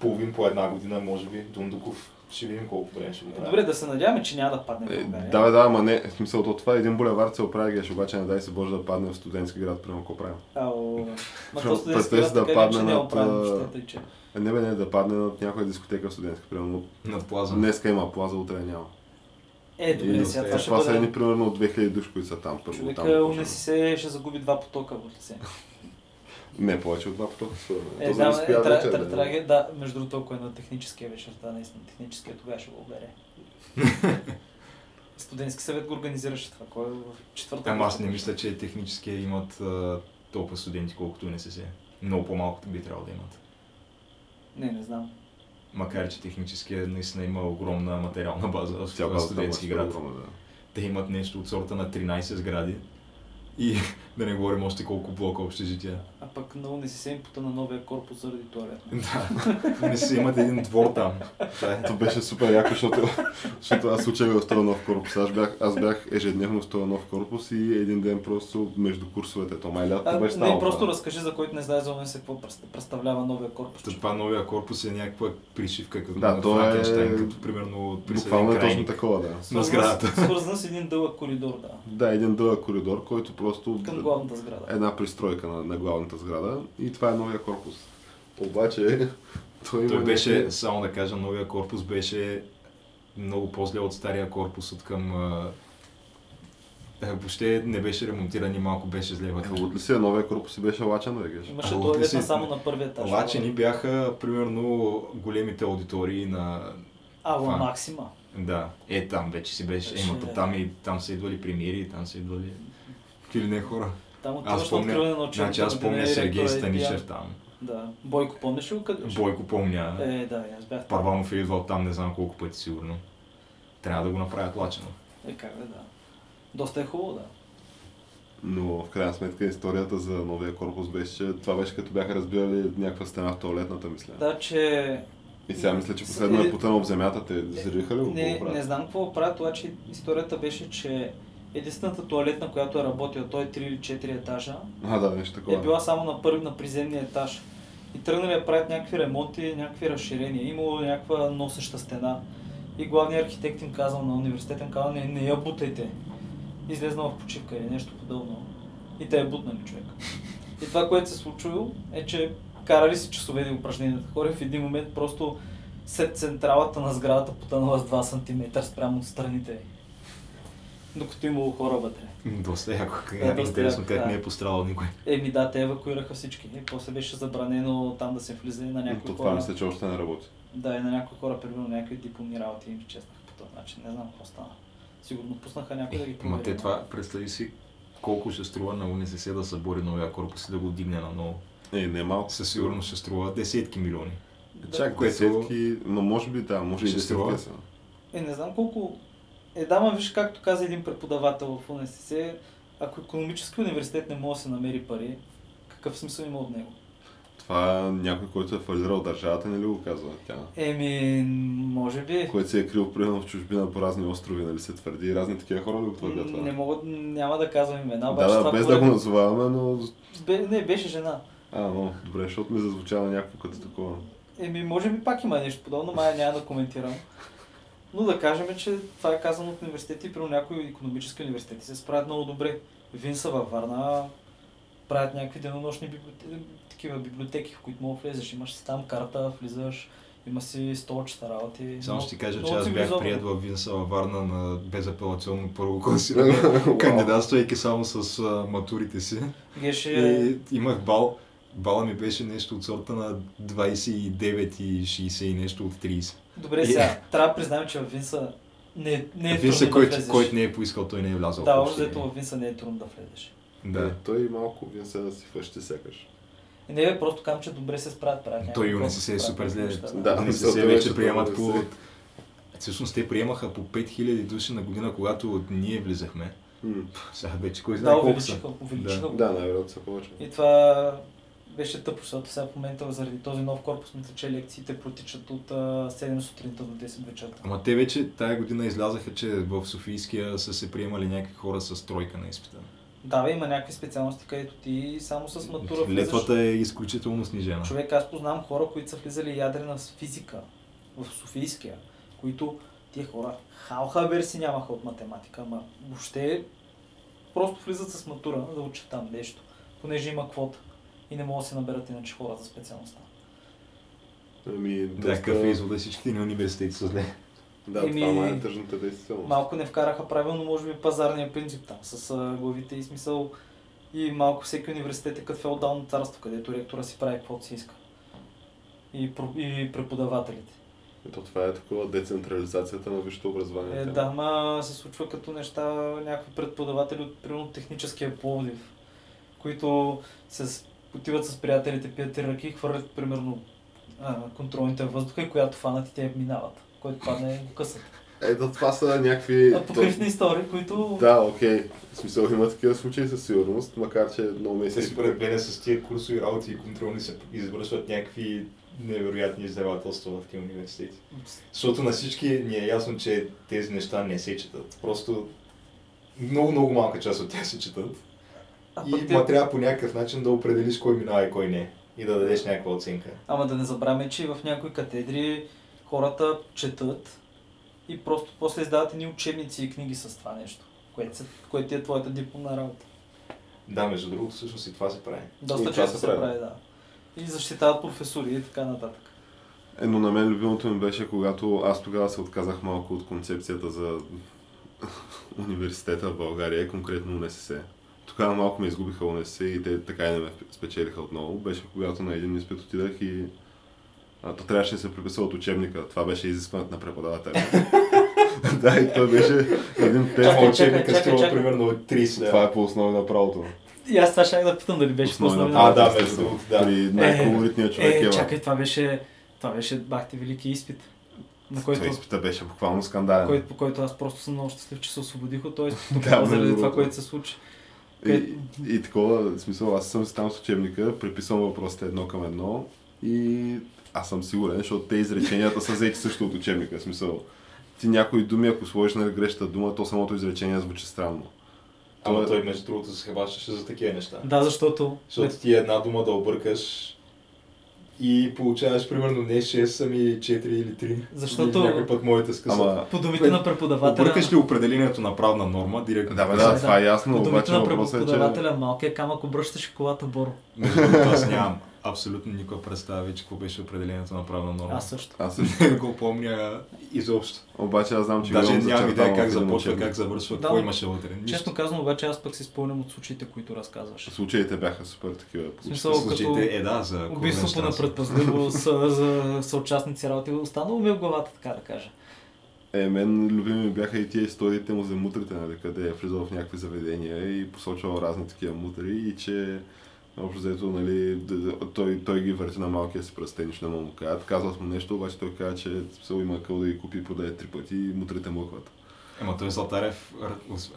S4: половин, по една година, може би. Дундуков. Ще видим колко време ще го
S3: Е,
S4: прави.
S3: Добре, да се надяваме, че няма да падне
S4: Е,
S3: в България.
S2: е, Да, бе, да, ама не, в смисъл то това е един булевард се оправя геш, обаче не дай се Боже да падне в студентски град, примерно ако правим.
S3: Ау, Ма
S2: Просто
S3: то студентски
S2: представи си да
S3: град, така ли,
S2: падне
S3: че не
S2: над,
S3: оправим
S2: а,
S3: нищо, тъй че.
S2: Е, Не бе, не, да падне над някоя дискотека в студентска, примерно.
S1: Над плаза.
S2: Днеска има плаза, утре няма.
S3: Е, добре,
S2: И
S3: сега
S1: е,
S3: това ще
S2: това са
S3: бъде...
S2: едни примерно от 2000 души, които са там първо. там,
S3: Човека
S2: почва.
S3: унеси се, ще загуби два потока в лице.
S2: Не, повече от два потока, според мен.
S3: Е,
S2: То
S3: да,
S2: зависи
S3: е,
S2: коя
S3: тра-
S2: вечер да
S3: тра-
S2: е.
S3: траге- да, между другото, ако е на техническия вечерта, наистина, техническия тогава ще го обере. Студентски съвет го организираше това, кой е в четвърта
S1: Ама аз не мисля, че технически имат а, толкова студенти, колкото не се се. Много по-малко би трябвало да имат.
S3: Не, не знам.
S1: Макар, че технически е наистина има огромна материална база в
S2: Тя базата
S1: студентски
S2: му е
S1: град.
S2: огромна, да.
S1: Те имат нещо от сорта на 13 сгради. И да не говорим още колко блока общежития.
S3: А пък много не си се импута на новия корпус заради туалет.
S1: Да, не си имат един двор там. Това е.
S2: То беше супер яко, защото, защото аз учех в този нов корпус. Аз бях, аз бях ежедневно в този нов корпус и един ден просто между курсовете. То май лято
S3: А,
S2: беше
S3: не,
S2: станало.
S3: просто
S2: това.
S3: разкажи за който не знае за мен се какво през- представлява новия корпус.
S1: Та Това новия корпус е някаква пришивка, като
S2: Да,
S1: на
S2: то е-
S1: Франкенщайн, като примерно при
S2: Буквално е точно
S1: крайник.
S2: такова, да.
S3: Свързан с-
S1: сградата.
S3: Свързан с един дълъг коридор, да.
S2: Да, един дълъг коридор, който просто...
S3: Към главната сграда.
S1: Е,
S2: Една пристройка на, на главната сграда и това е новия корпус. Обаче, той, има
S1: Той беше,
S2: някакви-
S1: само да кажа, новия корпус беше много по-зле от стария корпус от към а, а, е, въобще не беше ремонтиран и малко беше зле
S2: Е,
S1: вътре.
S2: Лут ли си, е, новия корпус си беше лачен, бе, геш.
S3: Имаше
S1: Ало,
S3: туалетна
S1: ти си-
S3: само на първия етаж.
S1: Лачени бяха примерно големите аудитории на...
S3: Ала
S1: Това.
S3: Максима.
S1: Да, е там вече си беше,
S3: Беше-
S1: имато там и там са идвали премиери, там са идвали какви ли не хора.
S3: Там от
S1: Аз
S3: откриване
S1: помня,
S3: на учебника.
S1: значи аз
S3: на Дене
S1: помня
S3: Ирек,
S1: Сергей
S3: той е
S1: Станишев
S3: пиян.
S1: там.
S3: Да. Бойко, помниш ли го къде? беше?
S1: Бойко помня.
S3: Е, да, и аз бях там.
S1: Първанов е идвал там не знам колко пъти сигурно. Трябва да го направят лачено.
S3: Е, как бе, да. Доста е хубаво, да.
S2: Но в крайна сметка историята за новия корпус беше, че това беше като бяха разбирали някаква стена в туалетната, мисля.
S3: Да, че
S2: И сега мисля, че последно е
S3: Е,
S2: потънал в земята, те взривиха ли го?
S3: не,
S2: Какво го
S3: не
S2: правят?
S3: знам какво правят, обаче историята беше, че единствената туалетна, която е работила, той е 3 или 4 етажа,
S2: А, да, нещо такова.
S3: е била само на първи, на приземния етаж. И тръгнали да правят някакви ремонти, някакви разширения. Имало някаква носеща стена. И главният архитект им казал на университета, им казал, не, не я бутайте. Излезнал в почивка или нещо подобно. И те я бутнали човек. И това, което се случило, е, че карали си часове на упражненията. Хора и в един момент просто след централата на сградата потънала с 2 см спрямо от страните. Докато имало хора вътре.
S1: Доста яко.
S3: Да, доста
S1: Интересно
S3: яко,
S1: как
S3: да.
S1: не е пострадал никой.
S3: Еми да, те евакуираха всички. И после беше забранено там да се влиза и на
S2: Но
S3: някои
S2: то това
S3: хора.
S2: мисля, че още не работи.
S3: Да, и на някои хора, примерно някакви дипломни работи им изчезнаха по този начин. Не знам какво стана. Сигурно пуснаха някой да ги
S1: Е, Ма
S3: провери.
S1: те това, представи си колко ще струва на УНСС да събори новия корпус и да го дигне на ново.
S2: Е, не е малко.
S1: Със сигурност ще струва десетки милиони.
S2: Чак,
S1: Което-
S2: десетки, но може би да, може и
S1: Ще струва.
S2: десетки са.
S3: Е, не знам колко... Е, да, ма виж, както каза един преподавател в УНСС, ако економически университет не може да се намери пари, какъв смисъл има от него?
S2: Това някой, който е фалирал държавата, не ли го казва тя?
S3: Еми, може би.
S2: Който се е крил примерно в чужбина по разни острови, нали се твърди, и разни такива хора ли го твърдят е това?
S3: Не мога, няма да казвам имена,
S2: да,
S3: обаче
S2: да,
S3: това
S2: без да
S3: говори-
S2: го назоваваме, но...
S3: Бе- Не, беше жена.
S2: А, но, добре, защото ми зазвучава някакво като такова.
S3: Еми, може би пак има нещо подобно, май няма да коментирам. Но да кажем, че това е казано от университети, при някои економически университети се справят много добре. Винса във Варна правят някакви денонощни библиотеки, такива библиотеки, в които мога влезеш. Имаш си там карта, влизаш, има си столчета работи.
S1: Само ще ти кажа, че
S3: много
S1: аз бях
S3: цивилизовано.
S1: прият във Винса във Варна на безапелационно първо класиране, кандидатствайки само с а, матурите си.
S3: Геше...
S1: И имах бал. Бала ми беше нещо от сорта на 29 и 60 и нещо от 30.
S3: Добре сега, трябва да признаем, че във Винса не, не е
S1: Винса,
S3: трудно да
S1: който,
S3: влезеш.
S1: който не е поискал, той не е влязал.
S3: Да,
S1: въобще.
S3: общо взето във Винса не е трудно да влезеш.
S1: Да.
S2: Е, Той малко вие се да си върши сякаш.
S3: И не е просто кам, че добре се справят, правят някакви
S1: Той и
S3: просто
S1: УНСС е
S3: правят
S1: супер зле.
S3: неща, да.
S2: Да,
S1: УНСС
S2: мисълта беше
S1: вече
S2: това,
S1: приемат
S2: да
S1: по...
S2: се-
S1: Всъщност те приемаха по 5000 души на година, когато ние влизахме.
S2: М,
S1: Сега вече кой знае
S3: Да,
S1: колко са.
S3: увеличиха, увеличиха го.
S2: Да, най-вероятно се повече.
S3: И това беше тъпо, защото сега в момента заради този нов корпус мисля, че лекциите протичат от а, 7 сутринта до 10 вечерта.
S1: Ама те вече тая година излязаха, че в Софийския са се приемали някакви хора с тройка на изпита.
S3: Да, бе, има някакви специалности, където ти само с матура влизаш.
S1: Летвата е изключително снижена.
S3: Човек, аз познавам хора, които са влизали ядрена с физика в Софийския, които тия хора халхабер си нямаха от математика, ама въобще просто влизат с матура да учат там нещо, понеже има квота и не могат да се наберат иначе хора за специалността.
S2: Ами,
S1: Да,
S2: доста...
S1: какъв е извода всичките ни университети са зле.
S2: Да,
S3: Еми,
S2: това май е тъжната действителност.
S3: малко не вкараха правилно, може би, пазарния принцип там с а, главите и смисъл. И малко всеки университет е като феодално царство, където ректора си прави каквото си иска. И, про- и преподавателите.
S2: Ето това е такова децентрализацията на висшето образование.
S3: Е,
S2: тя.
S3: да, ма се случва като неща някакви преподаватели от примерно техническия Пловдив, които се с- отиват с приятелите, пият три ръки, хвърлят примерно а, контролните във въздуха и която фанат и те минават. Който падне го късат.
S2: Ето Е, това са някакви...
S3: А, Покривни истории, които...
S2: Е, Да, окей. В смисъл има такива случаи със сигурност, макар че едно
S4: Те
S2: месец...
S4: според мен с тия курсови работи и контролни се извършват някакви невероятни издевателства в тия университети. Защото на всички ни е ясно, че тези неща не се четат. Просто много, много малка част от тях се четат.
S3: А, пък
S4: И
S3: те-
S4: ма трябва по някакъв начин да определиш кой минава и кой не. И да дадеш някаква оценка.
S3: Ама да не забравяме, че в някои катедри хората четат и просто после издават едни учебници и книги с това нещо, което, се, което е твоята дипломна работа.
S4: Да, между другото, всъщност и това се прави.
S2: И
S3: Доста
S2: това
S3: често
S2: се
S3: се
S2: прави.
S3: прави, да. И защитават професори и така нататък.
S2: Е, но на мен любимото ми беше, когато аз тогава се отказах малко от концепцията за университета в България, конкретно УНСС. Тогава малко ме изгубиха УНСС и те така и не ме спечелиха отново. Беше когато на един изпит отидах и а, то трябваше да се преписва от учебника. Това беше изискването на преподавателя. да, и той беше един тест.
S4: Това
S3: Чакай,
S4: учебника
S3: чакай,
S4: струва
S3: чакай.
S4: примерно от 30
S2: Това
S4: лева.
S2: е по основи на правото.
S3: И аз това ще да питам дали беше
S2: Основи на
S3: основен.
S4: А,
S2: правото,
S4: да, между
S2: естествено.
S4: другото, да.
S2: При най-колоритния човек
S3: Е,
S2: Ева.
S3: чакай, това беше, това беше бахте велики изпит. На който,
S2: Той изпита беше буквално скандален.
S3: кой, по който аз просто съм много щастлив, че се освободих от този изпит.
S2: Да,
S3: да,
S2: между
S3: заради това,
S2: другото.
S3: което се случи.
S2: И, и такова, в смисъл, аз съм си там с учебника, преписвам въпросите едно към едно и аз съм сигурен, защото те изреченията са взети също от учебника. В смисъл, ти някои думи, ако сложиш на грешната дума, то самото изречение звучи странно.
S4: Ама
S2: Това-
S4: той между другото се хващаше за такива неща.
S3: Да, защото...
S4: Защото ти е една дума да объркаш и получаваш примерно не 6, ами 4 или 3.
S3: Защото-
S4: Или някой път моите скъсат.
S2: Ама,
S3: По думите на преподавателя...
S1: Объркаш ли определението на правна норма директно?
S2: да, бе,
S3: Да,
S2: да, това е
S3: по
S2: ясно,
S3: думите
S2: обаче
S3: на
S2: въпросът е, че...
S3: преподавателя, малкият камък обръщаше колата Боро.
S1: Между другото, Аз нямам абсолютно никаква представа вече какво беше определението на правна норма.
S3: Аз също.
S2: Аз също.
S1: не го помня изобщо.
S2: Обаче аз знам, че
S1: Даже
S2: го имам
S1: нямам идея
S2: зачертано
S1: как
S2: в един
S1: започва,
S2: учебник.
S1: как завършва,
S3: Да,
S1: какво
S3: но-
S1: имаше вътре. Нищо.
S3: Честно казвам, обаче аз пък си спомням от случаите, които разказваш.
S2: Случаите бяха супер такива.
S3: смисъл,
S2: получи-
S1: Случаите,
S3: като
S1: е да, за
S3: Убийството на
S1: Курненщрас.
S3: предпазливост а, за съучастници работи. Останало ми е в главата, така да кажа.
S2: Е, мен любими бяха и тия историите му за мутрите, нали, къде е влизал в някакви заведения и посочвал разни такива мутри и че общо взето, нали, д- д- той, той ги върти на малкия си пръстен, нищо не му му казват. Казват му нещо, обаче той казва, че се има къл да ги купи и продаде три пъти и мутрите мъкват.
S1: Ема той Златарев... р- ус-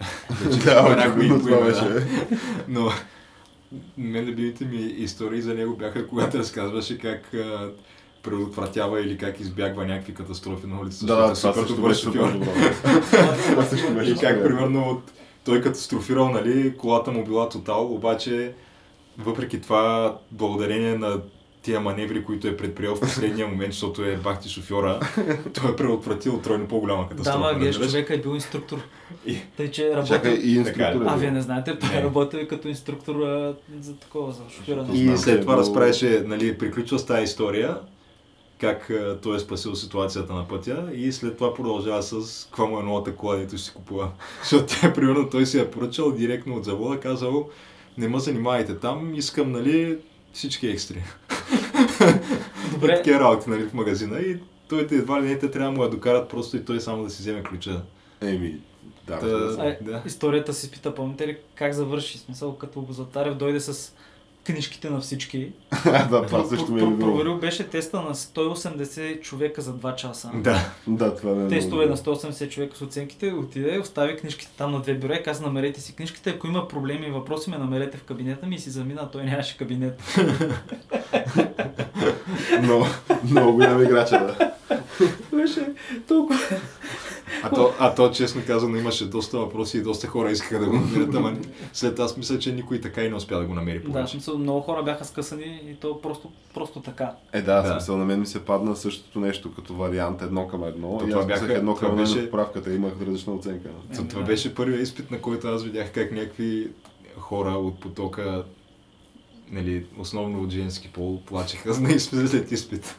S2: Да,
S1: някои
S2: очевидно Значи, това
S1: поима,
S2: беше.
S1: Но мен любимите ми истории за него бяха, когато разказваше как а, предотвратява или как избягва някакви катастрофи на улицата.
S2: Да,
S1: защото
S2: да,
S1: е
S2: това
S1: супер
S2: също
S1: добър
S2: беше супер
S1: шофьор.
S2: добро. Това също беше
S1: И как,
S2: супер.
S1: примерно, от... той катастрофирал, нали, колата му била тотал, обаче, въпреки това, благодарение на тия маневри, които е предприел в последния момент, защото е бахти шофьора, той е предотвратил тройно по-голяма
S3: Да,
S1: катастрофа.
S3: ма, геш,
S1: разбираш?
S3: човека е бил инструктор.
S1: И-
S3: Тъй, че
S2: нали? Чакай,
S3: работи.
S2: и
S1: Така ли?
S2: инструктора.
S3: А,
S2: е бил.
S3: вие не знаете, той
S1: Не.
S3: е работил като инструктор а, за такова, за шофиране.
S2: Защото-
S1: И
S2: Знам, че
S1: след
S2: е
S1: това
S2: много-
S1: разправяше, нали, приключва с тази история, как а, той е спасил ситуацията на пътя и след това продължава с каква му е новата кола, дето ще си купува. Защото тя, примерно, той си я поръчал директно от завода, казал, не ме занимавайте там, искам, нали, всички екстри.
S3: Добре,
S1: Такива работи, нали, в магазина и той те едва ли не те трябва да му я докарат просто и той само да си вземе ключа.
S2: Еми, да,
S1: Та-
S2: разбира се.
S3: а, е,
S1: да.
S3: историята си пита, помните ли как завърши? В Смисъл, като Златарев дойде с книжките на всички.
S2: да, това
S3: Пр-
S2: също
S3: пр-
S2: ми е било.
S3: Проверил беше теста на 180 човека за 2 часа.
S2: Е,
S1: Да,
S2: Да, това не е
S3: Тестове на
S2: много.
S3: 180 човека с оценките, отиде, остави книжките там на две бюра и каза намерете си книжките, ако има проблеми и въпроси ме намерете в кабинета ми и си замина, а той нямаше кабинет.
S2: Много, много голям играч, е, да.
S3: Беше толкова...
S1: а то, а то, честно казано, имаше доста въпроси и доста хора искаха да го намерят, ама след аз мисля, че никой така и не успя да го намери
S3: Да, в
S1: повече.
S3: смисъл, много хора бяха скъсани и то просто, просто така.
S2: Е,
S1: Да.
S2: да, да. смисъл на мен ми се падна същото нещо като вариант едно към едно.
S1: То
S2: и
S1: това
S2: аз бяха,
S1: бяха-
S2: едно
S1: това
S2: към едно беше...
S1: беше-
S2: на поправката, имах различна оценка.
S1: То, това
S3: Ами да.
S1: беше първият изпит, на който аз видях как някакви хора от потока, нали, основно от женски пол, плачеха на изпит след изпит.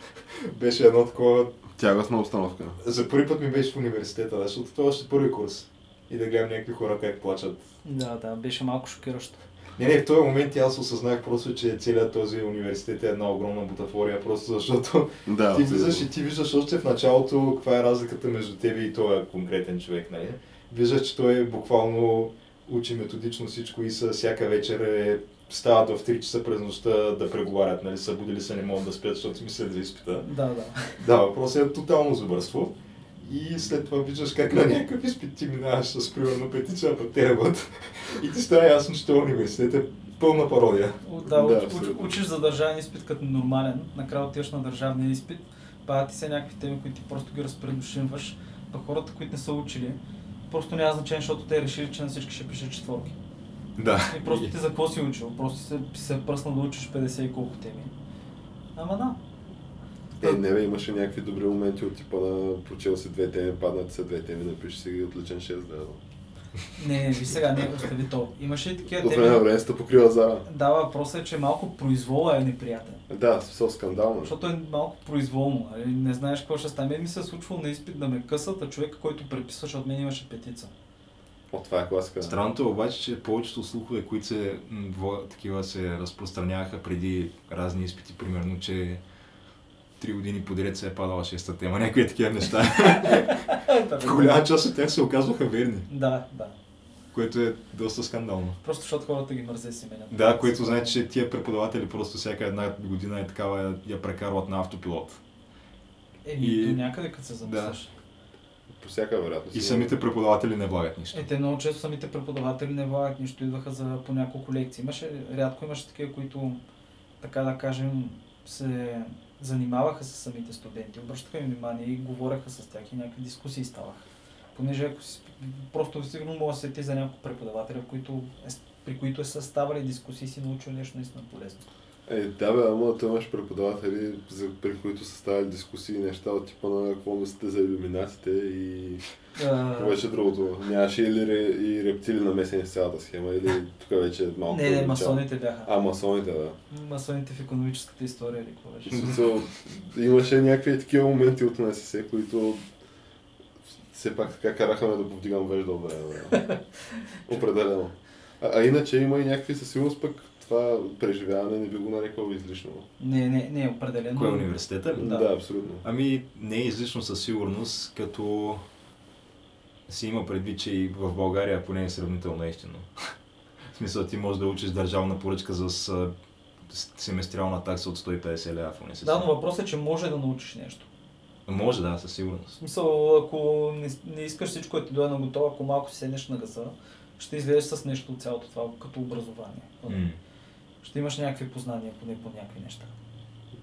S4: Беше едно такова.
S2: Тягостна обстановка.
S4: За първи път ми беше в университета, да, защото
S1: е
S4: това беше първи курс. И да гледам някакви хора как плачат.
S3: Да, да, беше малко шокиращо.
S4: Не, не, в този момент и аз осъзнах просто, че целият този университет е една огромна бутафория, просто защото
S2: Да,
S4: ти
S2: абсолютно.
S4: влизаш и ти виждаш още в началото каква е разликата между тебе и този конкретен човек, нали? Виждаш, че той буквално учи методично всичко и са, всяка вечер е, стават в 3 часа през нощта да преговарят, нали? Събудили се, не могат да спят, защото си мислят за изпита.
S3: Да, да.
S4: Да, въпросът е тотално зубърство. И след това виждаш как на някакъв изпит ти минаваш с примерно петица по терабът. И ти става ясно, че този университет е пълна пародия.
S3: О,
S2: Да,
S3: Да, уч, уч,
S2: абсолютно.
S3: учиш за държавен изпит като нормален, накрая отиваш на държавния изпит, падат ти се някакви теми, които ти просто ги разпредушинваш, пък хората, които не са учили, просто няма значение, защото те решили, че на всички ще пише четворки.
S1: Да.
S3: И просто ти за какво си учил? Просто се, се пръсна да учиш 50 и колко теми. Ама да.
S2: Е, не бе, имаше някакви добри моменти от типа на прочел си две теми, паднати са две теми, напиши си ги отличен 6 да.
S3: Не, не, ви сега, не, остави то. Имаше и такива
S2: От време на
S3: теми.
S2: време се покрива зара.
S3: Да, въпросът е, че малко произвола е неприятен.
S2: Да, смисъл скандално.
S3: Защото е малко произволно, нали? не знаеш какво ще стане. Мен ми се е случвало на изпит да ме късат, а човека, който преписваше от мен имаше петица.
S2: От това е класика.
S1: Странното е обаче, че повечето слухове, които се, м, во- такива се разпространяваха преди разни изпити, примерно, че три години подред се е падала шеста тема, някакви такива неща. В голяма част от тях се оказваха верни,
S3: Е, Да, да.
S1: което е доста скандално.
S3: Просто защото хората ги мързят си мене.
S1: Да, което значи, че тия преподаватели просто всяка една година е такава, я прекарват на автопилот.
S3: Еми,
S1: И-
S3: до някъде като се замислиш.
S2: По всяка вероятност.
S1: И самите преподаватели не влагат нищо.
S3: Е, те много често самите преподаватели не влагат нищо, идваха за по няколко лекции. Имаше, рядко имаше такива, които, така да кажем, се занимаваха с самите студенти, обръщаха им внимание и говореха с тях и някакви дискусии ставаха. Понеже ако си, просто сигурно мога да се сети за няколко преподавателя, които, е- при които са ставали дискусии и си научил нещо наистина полезно.
S2: Е, да бе, ама той имаш преподаватели, за, при които са ставали дискусии и неща от типа на какво мислите за иллюминатите и
S3: А,
S2: какво беше другото. Нямаше или ре- и рептили намесени в цялата схема, или тук вече е малко...
S3: не, не,
S2: различава.
S3: масоните бяха.
S2: А, масоните, да.
S3: Масоните в економическата история или какво беше?
S2: В смисъл, имаше някакви такива моменти от НСС, които все пак така караха ме да повдигам вежда от време. на време. Определено. А, а иначе има и някакви със сигурност пък това преживяване не би го нарекал излишно.
S3: Не, не, не, определено.
S1: Кой е университета? ли?
S2: Да,
S3: Да.
S2: да абсолютно.
S1: Ами не е излишно със сигурност, като се има предвид, че и в България поне е сравнително ефтино. в смисъл, ти можеш да учиш държавна поръчка за с, с семестриална такса от 150 лева в университета.
S3: Да, но въпросът е, че може да научиш нещо.
S1: Може да, със
S3: В
S1: сигурност.
S3: смисъл, ако не, не искаш всичко, което ти дойде на готово, ако малко си седнеш на газа, ще излезеш с нещо от цялото това като образование.
S1: М.
S3: Ще имаш някакви познания, поне по някакви неща.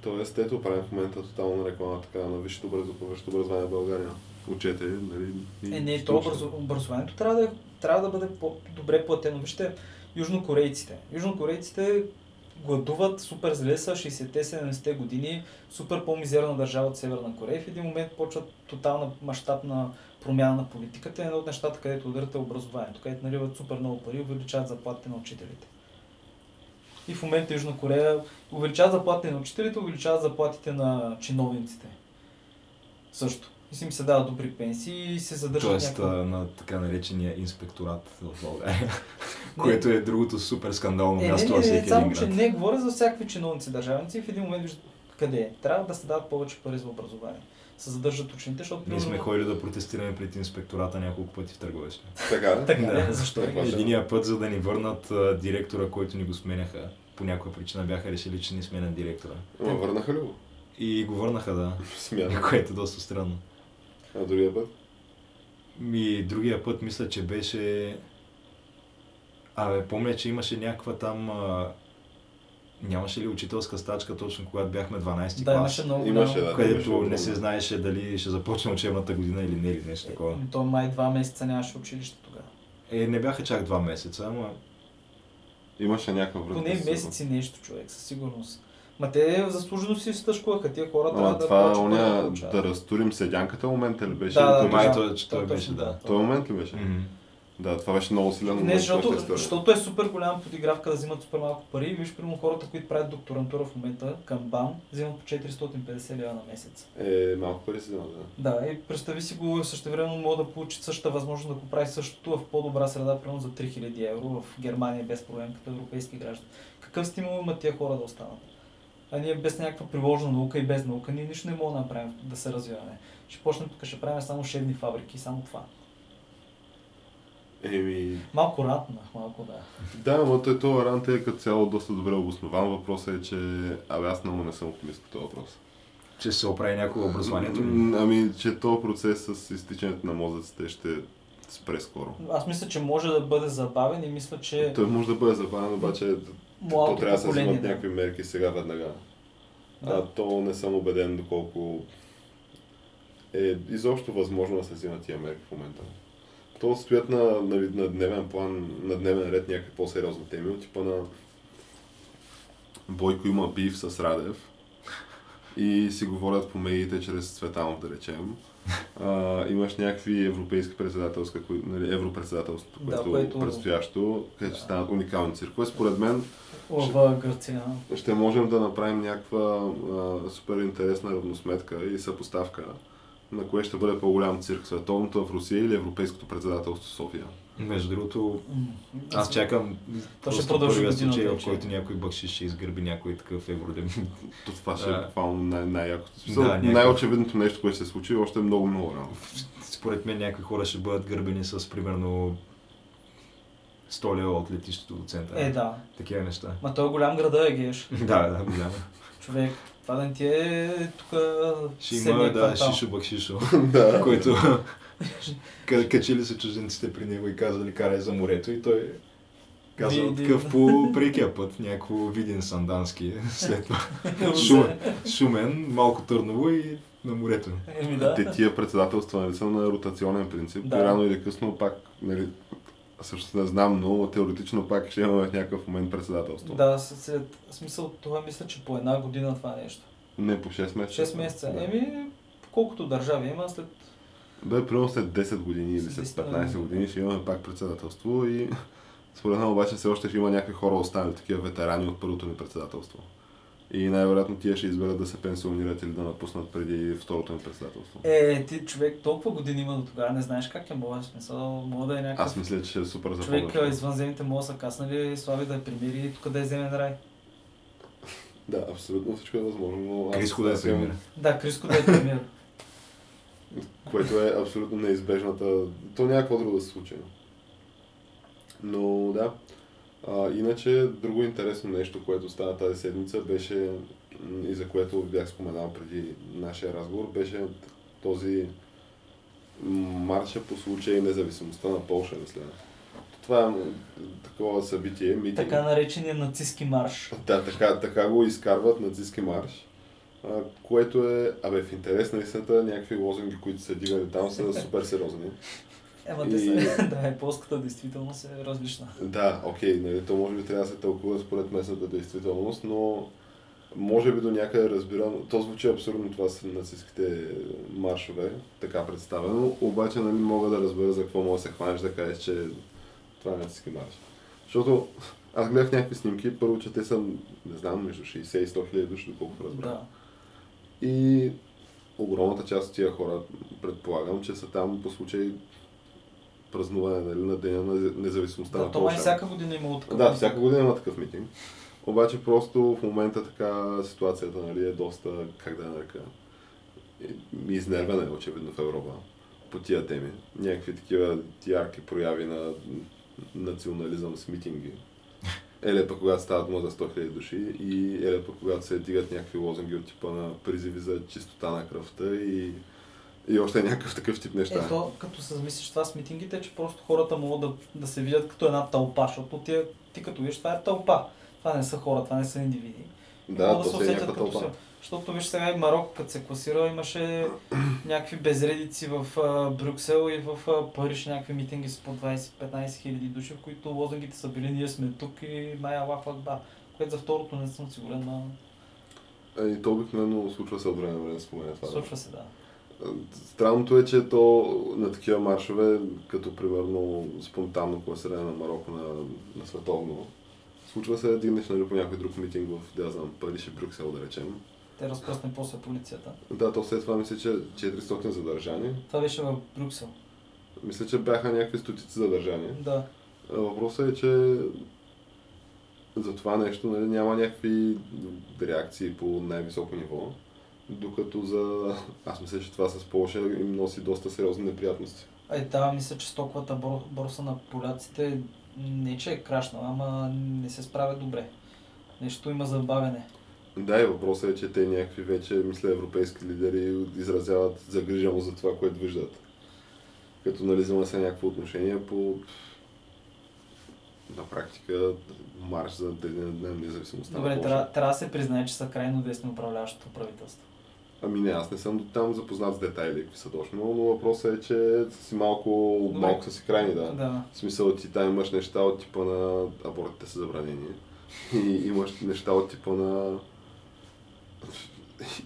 S2: Тоест, ето правим в момента тотална реклама така на висшето образование, висшето образование в България. Учете, нали? и
S3: Е, не,
S2: ще
S3: то
S2: учите.
S3: образо, образованието трябва да, е- трябва да бъде по-добре платено. Вижте, южнокорейците. Южнокорейците гладуват супер зле са 60-70-те години, супер по-мизерна държава от Северна Корея. В един момент почва тотална мащабна промяна на политиката. Едно от нещата, където ударят е образованието, където наливат супер много пари, увеличават заплатите на учителите. И в момента Южна Корея увеличават заплатите на учителите, увеличават заплатите на чиновниците. Също. И си им се дават добри пенсии и се задържат
S1: Тоест а,
S3: някакви...
S1: на така наречения инспекторат в България, което е другото супер скандално
S3: Е, не,
S1: място
S3: не,
S1: във
S3: не, не,
S1: всеки
S3: само
S1: един
S3: че
S1: град.
S3: не говоря за всякакви чиновници, държавници и в един момент виждат къде е. Трябва да се дават повече пари за образование. Се задържат учените, защото...
S1: Ние сме
S3: примерно-
S1: ходили да протестираме пред инспектората няколко пъти в търговища.
S2: Така, да?
S3: Така,
S1: Да.
S3: да. защо? е?
S2: Така.
S3: не?
S2: Ваше.
S1: Единия път, за да ни върнат а, директора, който ни го сменяха. По някаква причина бяха решили, че ни сменят директора.
S2: Ама Е, върнаха ли го?
S1: И го върнаха, да.
S2: Смятам.
S1: Което е доста странно.
S2: А е другия път?
S1: И другия път мисля, че беше... Абе, помня, че имаше някаква там... А... Нямаше ли учителска стачка точно когато бяхме 12
S3: Да,
S1: клас?
S3: имаше много
S2: Имаше,
S3: голямо-
S2: да. имаше
S1: Където
S2: много
S1: не се
S2: проблем.
S1: знаеше дали ще започне учебната година или не, или нещо такова.
S3: Е, То май два месеца нямаше училище тогава.
S1: Е, не бяха чак два месеца, ама
S2: Имаше някаква връзка.
S3: Поне
S2: сигурно.
S3: месеци е нещо, човек, със сигурност. Ма те заслужено си стъжкуваха, тия хора трябва
S2: Ама
S3: да
S2: това е
S3: повече пари
S2: оня
S3: получават.
S2: да разтурим седянката момента ли беше?
S3: Да,
S2: Или той
S3: да, да.
S2: беше-
S1: май той, че той
S3: точно,
S1: беше, да.
S2: Той момент ли беше?
S1: Мгм.
S2: Да, това беше много силен момент.
S3: Не,
S2: в
S3: защото,
S2: тази история.
S3: защото е супер голяма подигравка да взимат супер малко пари. И Виж, примерно, хората, които правят докторантура в момента към БАМ, взимат по 450 лева на месец.
S2: Е, малко пари си взема, да.
S3: Да, и представи си го, същевременно мога да получи същата възможност да го прави същото в по-добра среда, примерно за 3000 евро в Германия без проблем, като европейски граждани. Какъв стимул имат тия хора да останат? А ние без някаква приложена наука и без наука, ние нищо не можем да направим, да се развиваме. Ще почнем тук, ще правим само шевни фабрики, само това.
S2: Еми,
S3: Малко ратнах, малко да.
S2: да, но той този рант е като цяло доста добре обоснован. Въпросът е, че абе, аз много не съм оптимист по този въпрос.
S1: Че ще се оправи някакво образованието. ли?
S2: М, Ами, че този процес с изтичането на мозъците ще спре скоро.
S3: Аз мисля, че може да бъде забавен и мисля, че
S2: Той може да бъде забавен, обаче то
S3: младото
S2: трябва да се
S3: поколение...
S2: вземат
S3: Е. Да.
S2: някакви мерки сега веднага.
S3: Да.
S2: А то не съм убеден доколко е изобщо възможно да се взимат тия мерки в момента. То стоят на, нали, на дневен план, на дневен ред някакви по-сериозни теми, от типа на Бойко има бив с Радев и си говорят по медиите чрез Цветанов, да речем. А, имаш някакви европейски председателства, кои, нали, европредседателството,
S3: Да,
S2: което,
S3: което-
S2: предстоящо, където ще
S3: Да.
S2: станат уникални циркове. Според мен
S3: В Гърция.
S2: ще можем да направим някаква а, супер интересна равносметка и съпоставка на кое ще бъде по-голям цирк? Световното в Русия или Европейското председателство в София?
S1: Между другото,
S3: М,
S1: аз чакам
S3: То ще
S1: просто
S3: продължи
S1: първия
S3: година е
S1: случай, в
S3: вече.
S1: който някой бъкши ще изгърби някой такъв евродемит.
S2: То това ще
S1: Да.
S2: е буквално най- най-якото.
S1: Да,
S2: Да,
S1: някакво.
S2: най-очевидното нещо, което ще се случи, още е много, много рано.
S1: Според мен някои хора ще бъдат гърбени с примерно 100 лева от летището до центъра.
S3: Е, да.
S1: Такива неща.
S3: Ма той е голям града е геш.
S1: Да, да, голямо.
S3: Човек, това да не ти е тук
S1: Ще има, да, шишо бакшишо,
S2: Да.
S1: който ка- качили се чужденците при него и казали карай за морето и той казал
S3: Видин.
S1: такъв по прекия път, някакво виден сандански, след това Шумен, Шумен, малко Търново и на морето.
S3: Еми
S2: Е, Да.
S3: Ами
S2: Те
S3: да.
S2: тия председателства нали, са на ротационен принцип.
S3: Да.
S2: Да. Рано или късно пак, нали, също не знам, но теоретично пак ще имаме в някакъв момент председателство.
S3: Да, с- след в смисъл това мисля, че по една година това е нещо.
S2: Не по 6 месеца.
S3: 6 месеца.
S2: Да.
S3: Еми, колкото държави има след...
S2: Бе, примерно след 10 години или след
S3: След 10
S2: 15 години ще имаме пак председателство и според мен обаче все още ще има някакви хора останали, такива ветерани от първото ни председателство. И най-вероятно тия ще изберат да се пенсионират или да напуснат преди второто ни председателство.
S3: Е, ти човек толкова години има до тогава, не знаеш как е мога, в смисъл, мога да е някакъв...
S2: Аз мисля, че ще е супер
S3: Човек
S2: запомнено.
S3: извънземните могат да са каснали, слави да е примири и тук да е земен рай.
S2: Да, абсолютно всичко е възможно, но аз-
S1: Крис Хода е
S2: аз имам-
S1: пример.
S3: Да, Криско да е премиер.
S2: Което е абсолютно неизбежната. То няма какво друго да се случи. Но да. А, иначе, друго интересно нещо, което стана тази седмица, беше м, и за което бях споменал преди нашия разговор, беше този м, марша по случай независимостта на Полша, мисля. Това е м, такова събитие, митинг.
S3: така наречения нацистски марш.
S2: Да, така, така го изкарват нацистски марш, а, което е, абе, в интерес на истината, някакви лозунги, които са дигали там, са супер сериозни.
S3: Ема те
S2: И-
S3: са, да, е полската действително се е различна.
S2: Да, окей, нали, то може би трябва да се тълкува според местната действителност, но може би до някъде разбирам, то звучи абсурдно това с нацистските маршове, така представено, обаче нали, мога да разбера за какво може да се хванеш да кажеш, че това е нацистски марш. Защото аз гледах някакви снимки, първо, че те са, не знам, между 60 и 100 хиляди души, доколкото разбрах.
S3: Да.
S2: И огромната част от тия хора, предполагам, че са там по случай празнуване нали, на Деня на независимостта
S3: Да,
S2: на
S3: то май
S2: Полша.
S3: всяка година е имало такова.
S2: Да, всяка година има такъв митинг. Обаче просто в момента така ситуацията нали, е доста, как да я нарека, е- изнервена е очевидно в Европа по тия теми. Някакви такива ярки прояви на национализъм с митинги. Еле пък когато стават му за 100 000 души и еле пък когато се дигат някакви лозунги от типа на призиви за чистота на кръвта и, и още някакъв такъв тип неща.
S3: Ето, Е, като се замислиш това с митингите, че просто хората могат да, да се видят като една тълпа, защото ти, ти като видиш, това е тълпа. Това не са хора, това не са индивиди.
S2: да,
S3: Могат
S2: то се е някаква
S3: като
S2: тълпа.
S3: се... Защото виж сега и Марокко, като се класира, имаше някакви безредици в а, Брюксел и в а, Париж, някакви митинги с по 20-15 хиляди души, в които лозунгите са били ние сме тук и Майя Аллах Акбар. Което за второто не съм сигурен, но
S2: Е, И то обикновено случва се от време на време, спомена това. е да.
S3: случва се, да.
S2: Странното е, че то на такива маршове, като примерно спонтанно класиране на Марокко на, на световно, случва се да дигнеш нали, по някой друг митинг в, да знам, Париж и Брюксел, да речем.
S3: Те разпръсне после полицията.
S2: Да, то след това мисля, че 400 задържани.
S3: Това беше в Брюксел.
S2: Мисля, че бяха някакви стотици задържани.
S3: Да.
S2: А Въпросът е, че за това нещо нали, няма някакви реакции по най-високо ниво, докато за... Аз мисля, че това с Полша им носи доста сериозни неприятности.
S3: Е, да, мисля, че стоковата бор- борса на поляците не че е крашнала, ама не се справя добре. Нещо има забавяне.
S2: Да, и въпросът е, че те някакви вече, мисля, европейски лидери изразяват загриженост за това, което виждат. Като нали взема се някакво отношение по на практика марш за деня на независимостта. на
S3: Добре,
S2: Полша.
S3: трябва, трябва да се признае, че са крайно десни управляващото правителство.
S2: Ами не, аз не съм до там запознат с детайли, какви са точно, но въпросът е, че си малко,
S3: Добре.
S2: малко са си крайни, да.
S3: да.
S2: В смисъл ти там имаш неща от типа на абортите са забранени. И имаш неща от типа на...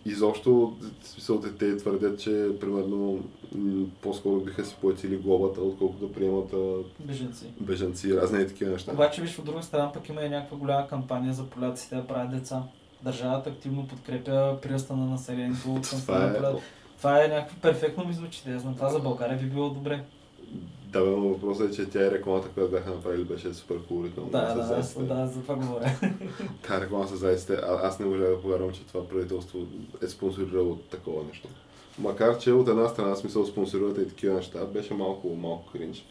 S2: Изобщо, в смисъл те, те твърдят, че примерно м, по-скоро биха си платили глобата, отколкото да приемат а,
S3: беженци.
S2: бежанци и разни такива неща.
S3: Обаче, виж, от друга страна пък има и някаква голяма кампания за поляците да правят деца. Държавата активно подкрепя приръста на населението от към
S2: Това
S3: страна на
S2: е
S3: поляците. Това е някакво перфектно ми звучи, да я знам. Това за България би било добре.
S2: Да, бе, но въпросът е, че тя и рекламата, която бяха направили, беше супер колоритна.
S3: Да, да, аз- да, за това говоря.
S2: Та реклама с зайците, а, аз не можа да повярвам, че това правителство е спонсорирало такова нещо. Макар, че от една страна смисъл спонсорирате и такива неща, беше малко, малко кринч.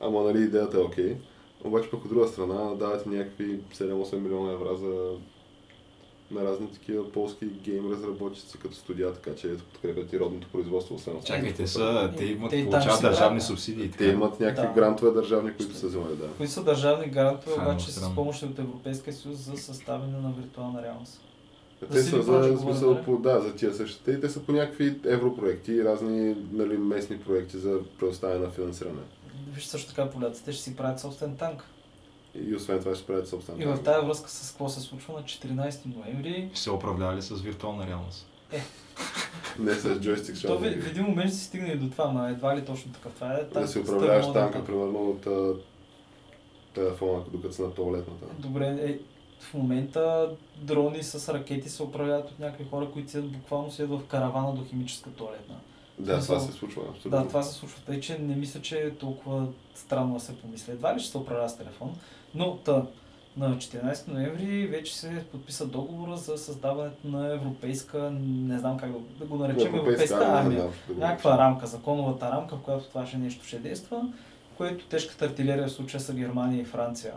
S2: Ама нали идеята е окей. Обаче пък от друга страна давате някакви 7-8 милиона евра за на разни такива полски гейм разработчици като студия, така че ето подкрепят и родното производство. освен това.
S1: Чакайте са, те имат,
S3: Те и там
S1: получават
S3: си, да,
S1: държавни
S3: да.
S1: субсидии.
S2: Те
S1: така.
S2: имат някакви
S3: Да.
S2: грантове държавни, които са взимали, да.
S3: Кои са държавни грантове,
S1: Това е
S3: обаче
S1: много
S3: с
S1: странно.
S3: помощ от Европейския съюз за съставяне на виртуална реалност?
S2: Те
S3: CD
S2: са
S3: Projekt
S2: за,
S3: говорим,
S2: смисъл,
S3: нали?
S2: по, да, за тия същите. И те са по някакви европроекти, разни нали, местни проекти за предоставяне на финансиране.
S3: Виж също така поляците ще си правят собствен танк.
S2: И освен това ще правят собствен
S3: И
S2: танк.
S3: в тази връзка с какво се случва на 14 ноември,
S1: Ще се управлявали с виртуална реалност.
S2: Не с джойстик,
S3: то
S2: защото
S3: ви- в един момент ще се стигне и до това, ма едва ли точно така. Това е
S2: да
S3: танк
S2: си
S3: с
S2: управляваш
S3: термоден
S2: танка,
S3: танк.
S2: примерно от а, телефона, докато си на туалетната.
S3: Добре, е, в момента дрони с ракети се управляват от някакви хора, които седят буквално седят в каравана до химическа туалетна.
S2: Да, това
S3: Смисъл-
S2: се случва. Абсолютно.
S3: Да, това се случва, тъй че не мисля, че е толкова странно да се помисли. Едва ли ще се управлява с телефон, но та, на 14 ноември вече се подписа договора за създаването на европейска, не знам как да- да го наречем, европейска, армия.
S2: да, да го
S3: Някаква рамка, законовата рамка, в която това ще нещо ще действа, което тежката артилерия в случая са Германия и Франция.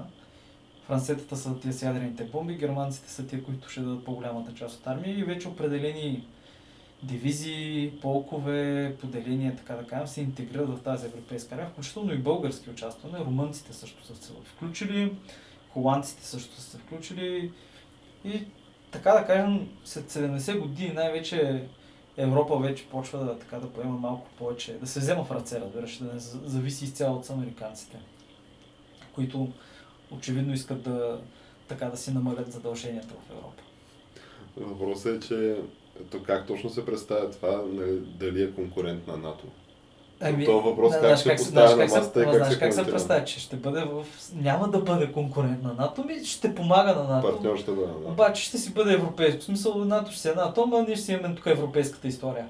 S3: Францетата са тия с ядрените бомби, германците са тия, които ще дадат по-голямата част от армия и вече определени дивизии, полкове, поделения, така да кажем, се интегрират в тази европейска армия, включително и български участване, румънците също са се включили, холандците също са се включили и така да кажем, след 70 години най-вече Европа вече почва да, така, да поема малко повече, да се взема в ръце, разбираш, да не за- зависи изцяло от американците, които очевидно искат да, така, да си намалят задълженията в Европа.
S2: Въпросът е, че то как точно се представя това, нали, дали е конкурент на НАТО? То въпрос как
S3: Ами, знаеш
S2: ще
S3: се-
S2: поставя
S3: знаеш
S2: на
S3: как
S2: масата и
S3: се,
S2: как
S3: знаеш
S2: се
S3: как се
S2: коментира?
S3: представя, че ще бъде в... Няма да бъде конкурент на НАТО, ми ще помага на НАТО.
S2: Партньорщата на НАТО.
S3: Обаче ще си бъде европейско. В смисъл, НАТО ще си е НАТО, ама ние ще си имаме тук европейската история.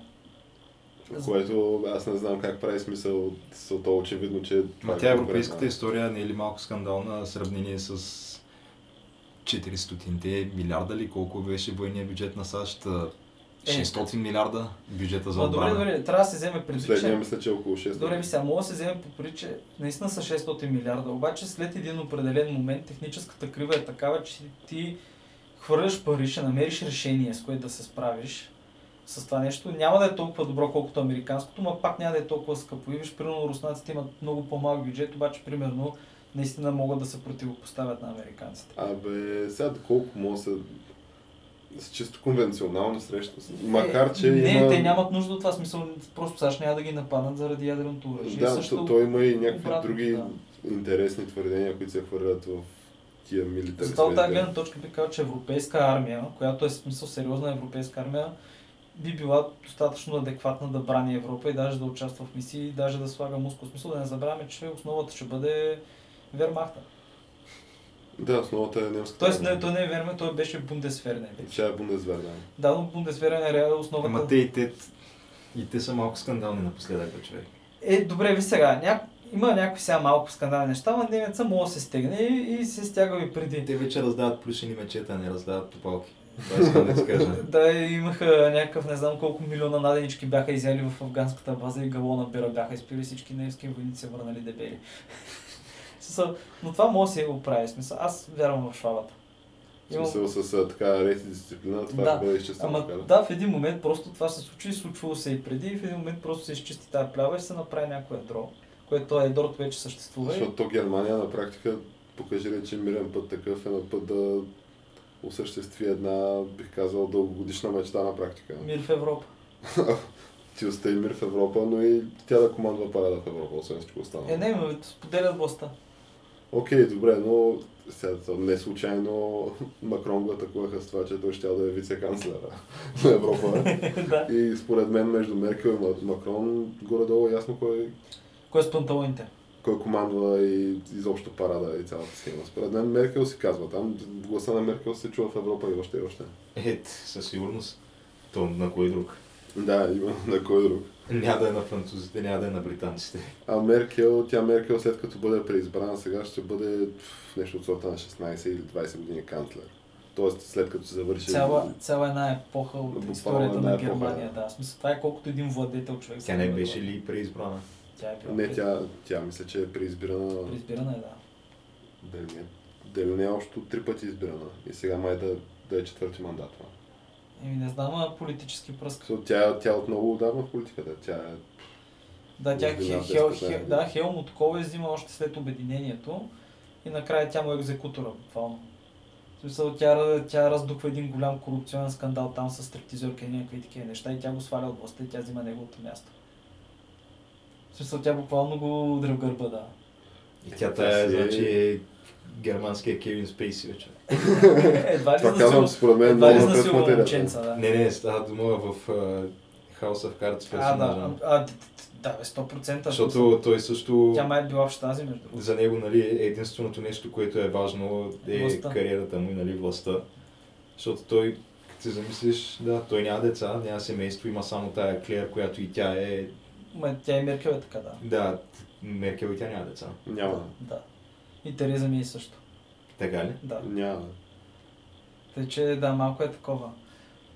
S2: Което аз не знам как прави смисъл, са то очевидно, че... това
S1: Ма
S2: е
S1: тя
S2: конкретно.
S1: европейската история не е ли малко скандална в сравнение с 400-те милиарда ли колко беше военния бюджет на САЩ? а,
S3: Е.
S1: 600 милиарда бюджета за
S3: Ма, добре,
S1: отбрана.
S3: добре, трябва да се вземе предвид,
S2: Последния
S3: че...
S2: мисля, че е около 6.
S3: Добре, ми сега мога да се вземе по пари, че наистина са 600 милиарда, обаче след един определен момент техническата крива е такава, че ти хвърляш пари, ще намериш решение, с което да се справиш с това нещо. Няма да е толкова добро, колкото американското, но пак няма да е толкова скъпо. И виж, примерно, руснаците имат много по-малък бюджет, обаче, примерно, наистина могат да се противопоставят на американците.
S2: Абе, сега доколко мога се... С чисто конвенционални срещи. Макар, че
S3: Е, не,
S2: има...
S3: те нямат нужда от това, в смисъл, просто САЩ няма да ги нападнат заради ядреното оръжие.
S2: Да,
S3: Също
S2: то, то има и някакви
S3: обратно,
S2: други
S3: да.
S2: интересни твърдения, които се хвърлят в тия милитари.
S3: Затова от тази
S2: среди.
S3: гледна точка би казал, че европейска армия, която е в смисъл сериозна европейска армия, би била достатъчно адекватна да брани Европа и даже да участва в мисии, и даже да слага мускул. В Смисъл да не забравяме, че основата ще бъде Вермахта.
S2: Да, основата е немската.
S3: Тоест, не,
S2: армия.
S3: той не е Верме, той беше Бундесверне.
S2: Тя е Бундесверда.
S3: Да, но Бундесверне е основата.
S1: Ама те и те, и те са малко скандални напоследък, бе, човек.
S3: Е, добре, ви сега, ня... има някакви сега малко скандални неща, но немеца мога да се стегне и, и се стяга и преди.
S1: Те вече раздават плюшени мечета, не раздават топалки. Това искам да ти кажа.
S3: Да, имаха някакъв, не знам колко милиона наденички бяха изяли в афганската база и галона бира бяха изпили всички немски войници се върнали дебели. В смисъл, Но това може да се оправи, в смисъл. Аз вярвам в швабата.
S2: В смисъл с а, така ред и дисциплина, това
S3: Да.
S2: ще бъде изчистено.
S3: Ама
S2: така да.
S3: да, в един момент просто това се случи, случвало се и преди, и в един момент просто се изчисти тази плява и се направи някое ядро, което ядрото вече съществува. и-
S2: Защото то Германия на практика покажи ли, че мирен път такъв е на път да осъществи една, бих казал, дългогодишна мечта на практика.
S3: Мир в Европа.
S2: Ти остави мир в Европа, но и тя да командва парада в Европа, освен всичко останало.
S3: Е, не, но споделят властта.
S2: Окей, добре, но сега, не случайно Макрон го атакуваха с това, че той ще да е вице-канцлера на Европа.
S3: да.
S2: И според мен между Меркел и Ма- Макрон горе-долу е ясно кой,
S3: Кой е с панталоните?
S2: кой командва и изобщо парада и цялата схема. Според мен Меркел си казва, там гласа на Меркел се чува в Европа и още и още.
S4: Е, със сигурност. То на кой друг?
S2: Да, има на кой друг.
S4: Няма да е на французите, няма да е на британците.
S2: А Меркел, тя Меркел след като бъде преизбрана сега ще бъде в нещо от сорта на 16 или 20 години канцлер. Тоест след като се завърши...
S3: Цяла, цяла една епоха от
S2: Буквално
S3: историята
S2: една
S3: на
S2: епоха,
S3: Германия.
S2: да.
S3: Да. В смисъл, това е колкото един владетел човек.
S4: Тя
S3: се
S4: не
S3: е
S4: беше
S3: била.
S4: ли преизбрана?
S3: Тя е била
S2: Не, тя, тя мисля, че е преизбирана...
S3: Преизбирана е, да.
S2: Дали не, дали не е общо три пъти избирана. И сега май да, да е четвърти мандат. ма.
S3: Еми не знам, а политически пръск.
S2: Защото Тя, тя отново отдавна в политиката. Тя е...
S3: Да, тя
S2: Може би
S3: Хел,
S2: над
S3: Хел,
S2: 10-15
S3: Хел, да, Хелмут Кол я взима още след обединението и накрая тя му е екзекутора, буквално. В смисъл, тя, тя раздухва един голям корупционен скандал там с стриптизерка и някакви такива неща и тя го сваля от властта и тя взима неговото място. В смисъл, тя буквално го удря в гърба, да.
S4: И тя
S2: Тя
S4: тая,
S2: си е-
S4: значи е германския Кевин Спейси вече.
S3: Едва ли
S2: Това
S3: изнасилва-
S2: казвам според мен
S3: едва ли
S2: много напред
S3: изнасилва
S2: материята.
S3: момченца, да.
S4: Не, не, става дума в uh, House of Cards
S3: а,
S4: персонажа.
S3: да, а, д- д- да, бе, 100%.
S4: Защото той също...
S3: Тя май е била в Штази, между другото.
S4: За него нали, е единственото нещо, което е важно е
S3: Властта.
S4: кариерата му и нали, властта. Защото той, като се замислиш, да, той няма деца, няма семейство, има само тая Клер, която и тя е...
S3: Ма, Тя и Меркел е така, да.
S4: Да, Меркел и тя няма деца.
S2: Няма.
S3: Да. И Тереза ми е също.
S4: Така ли?
S3: Да.
S2: Няма.
S3: Тъй, че да, малко е такова.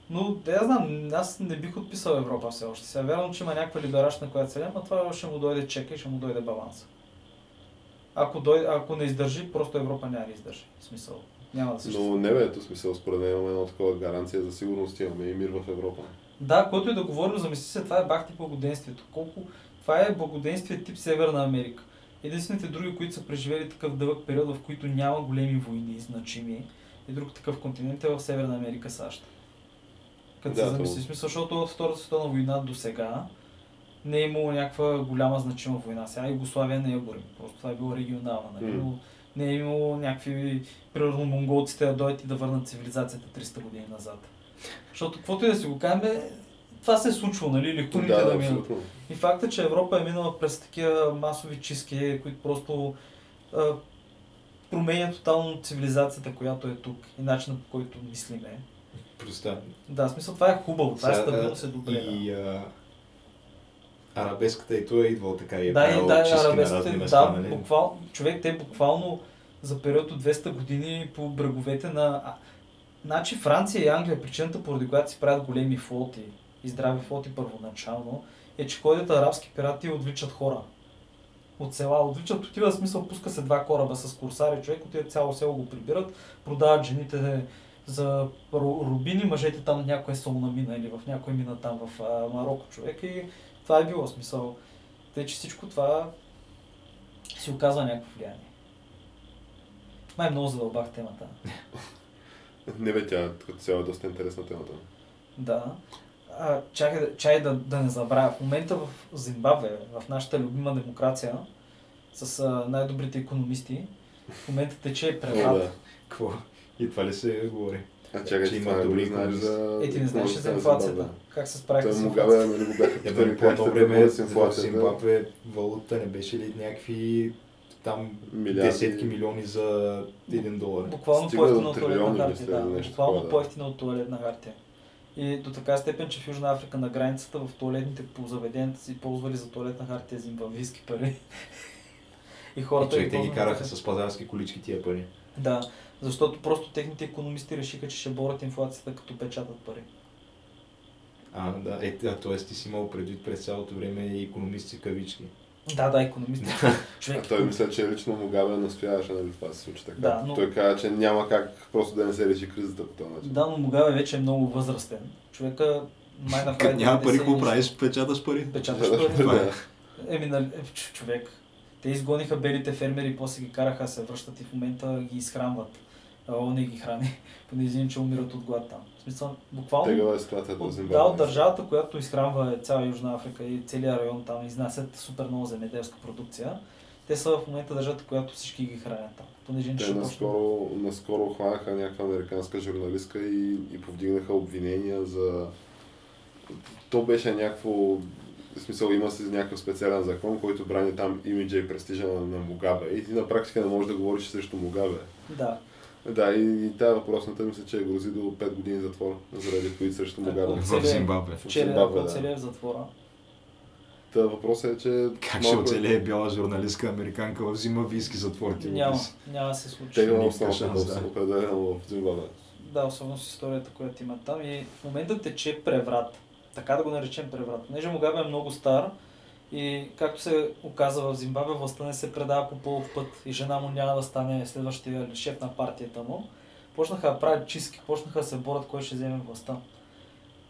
S3: Но да я знам, аз не бих отписал Европа все още. Сега вярвам, че има някаква либерашна, която се но това ще му дойде чека и ще му дойде баланса. Ако, дой... ако не издържи, просто Европа няма да издържи. В смисъл, няма да се
S2: Но не бе, ето смисъл, според мен имаме едно такова гаранция за сигурност, имаме и мир в Европа.
S3: Да, което и да говорим, замисли се, това е бахти благоденствието. Колко... Това е благоденствие тип Северна Америка. Единствените други, които са преживели такъв дълъг период, в които няма големи войни, значими, и друг такъв континент е в Северна Америка, САЩ. Като
S2: Да,
S3: се замислиш, смисъл, защото от Втората световна война до сега не е имало някаква голяма значима война. Сега Югославия не е говорим, просто това е било регионална, нали?
S2: М.
S3: но не е имало някакви, примерно монголците да дойдат и да върнат цивилизацията 300 години назад. Защото каквото и да си го кажем, е, това се е случило, нали? Или хуните да,
S2: Да,
S3: да минат.
S2: абсолютно.
S3: И факта, че Европа е минала през такива масови чистки, които просто а, променят тотално цивилизацията, която е тук и начина по който мислиме.
S4: Просто
S3: Да, в смисъл това е хубаво, това е стабилно, се добре.
S4: И а, арабеската и той е идвал така и е
S3: Да, и
S4: правил
S3: да,
S4: чистки на
S3: арабеските,
S4: разни места,
S3: да,
S4: нали?
S3: буквално, човек, те буквално за период от 200 години по бреговете на... А, значи Франция и Англия, причината поради която си правят големи флоти и здрави флоти първоначално, е, че ходят арабски пирати и отвличат хора. От села отвличат, отива в смисъл, пуска се два кораба с курсари, човек отива цяло село го прибират, продават жените за ру- рубини, мъжете там на някоя солна мина или в някоя мина там в а, Марокко човек и това е било смисъл. Тъй, че всичко това си оказва някакво влияние. Май много задълбах темата.
S2: Не бе, тя като цяло е доста интересна темата.
S3: Да. А, чакай, да- чай да, да не забравя. В момента в Зимбабве, в нашата любима демокрация, с а, най-добрите економисти, в момента тече
S2: О,
S3: преврат.
S2: да.
S4: Какво? И това ли се говори?
S2: А чакай,
S4: Че
S2: че
S4: има
S2: това не
S4: добри
S2: го знаеш за...
S3: Е, ти не знаеш ли за
S2: за
S3: инфлацията.
S2: Зимбабве.
S3: Как се справиха
S2: Той
S3: с
S2: Мугабе,
S3: инфлацията?
S2: нали го бяха
S4: Е, да,
S2: питали
S4: по
S2: как
S4: едно
S2: ще
S4: време
S2: време с
S4: в
S2: инфлацията.
S4: Зимбабве валута не беше ли някакви там
S2: Милиарди.
S4: десетки милиони за един долар.
S3: Буквално
S2: Стига до
S3: по-ефтина от
S2: трилиони,
S3: туалетна
S2: мисля,
S3: хартия. Да.
S2: или нещо
S3: Буквално
S2: такова, да.
S3: по-ефтина от туалетна хартия. И до така степен, че в Южна Африка на границата в туалетните по заведенията си ползвали за туалетна хартия зимбабвийски пари. И
S4: И
S3: хората
S4: човек, те ги
S3: ползваха.
S4: караха с пазарски колички тия пари.
S3: Да, защото просто техните економисти решиха, че ще борят инфлацията като печатат пари.
S4: А, да, е, да, т.е. ти си имал предвид през цялото време и економисти в кавички.
S3: Да, да, економисти.
S2: А
S3: Човек,
S2: той мисля, че лично Мугабе настояваше, нали това се случи така.
S3: Да, но-
S2: Той каза, че няма как просто да не се реши кризата по този начин.
S3: да, но Мугабе вече е много възрастен. Човека май направи...
S1: Като няма
S3: 90
S1: пари,
S3: и
S1: какво
S3: нещо.
S1: правиш? Печаташ пари?
S3: Печаташ
S2: Да.
S3: пари. Еми, нали, е, ч- човек. Те изгониха белите фермери, после ги караха, се връщат и в момента ги изхранват. А, Он не ги храни, понеже иначе умират от глад там. В смисъл, буквално
S2: Тегава е ситуацията в
S3: От,
S2: Зимбабве.
S3: да, от държавата, която изхранва е цяла Южна Африка и целият район там, изнасят супер много земеделска продукция. Те са в момента държавата, която всички ги хранят там. Понеже иначе
S2: Те
S3: ще почне.
S2: наскоро, наскоро хванаха някаква американска журналистка и, и повдигнаха обвинения за... То беше някакво... В смисъл има се някакъв специален закон, който брани там имиджа и престижа на, на Мугабе. И ти на практика не можеш да говориш срещу Мугабе.
S3: Да.
S2: Да, и, и тази въпросната мисля, че е грози до 5 години затвор, заради които срещу Мугаба.
S3: От
S1: В
S3: Оцелее.
S1: Зимбабве.
S3: Вчера
S2: Зимбабве,
S3: ако
S2: да.
S3: оцелее в затвора.
S2: Та въпросът е, че...
S1: Как ще оцелее бяла журналистка американка в зимавийски затвор? ти
S3: Няма,
S1: лупис?
S3: няма да се случи.
S2: Те има
S1: Никакъв
S2: основната
S1: шанс, да.
S2: да. определено в Зимбабве.
S3: Да, особено с историята, която има там. И в момента тече преврат. Така да го наречем преврат. Понеже Мугабе е много стар и както се оказа в Зимбабве, властта не се предава по полов път и жена му няма да стане следващия шеф на партията му. Почнаха да правят чистки, почнаха да се борят кой ще вземе властта.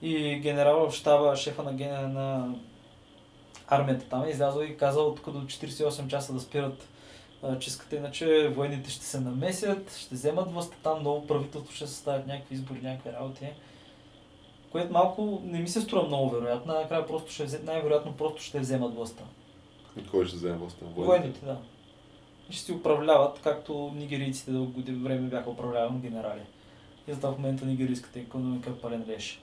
S3: И генерал в щаба, шефа на, ген... на армията там е излязъл и казал тук до 48 часа да спират а, чистката, иначе военните ще се намесят, ще вземат властта там, ново правителство ще съставят някакви избори, някакви работи. Което малко не ми се струва много вероятно, а накрая просто ще взе... най-вероятно просто ще вземат властта.
S2: И Кой ще вземе властта?
S3: Военните, да. И ще си управляват, както нигерийците дълго годи- време бяха управлявани от генерали. И затова в момента нигерийската економика е пълен реш.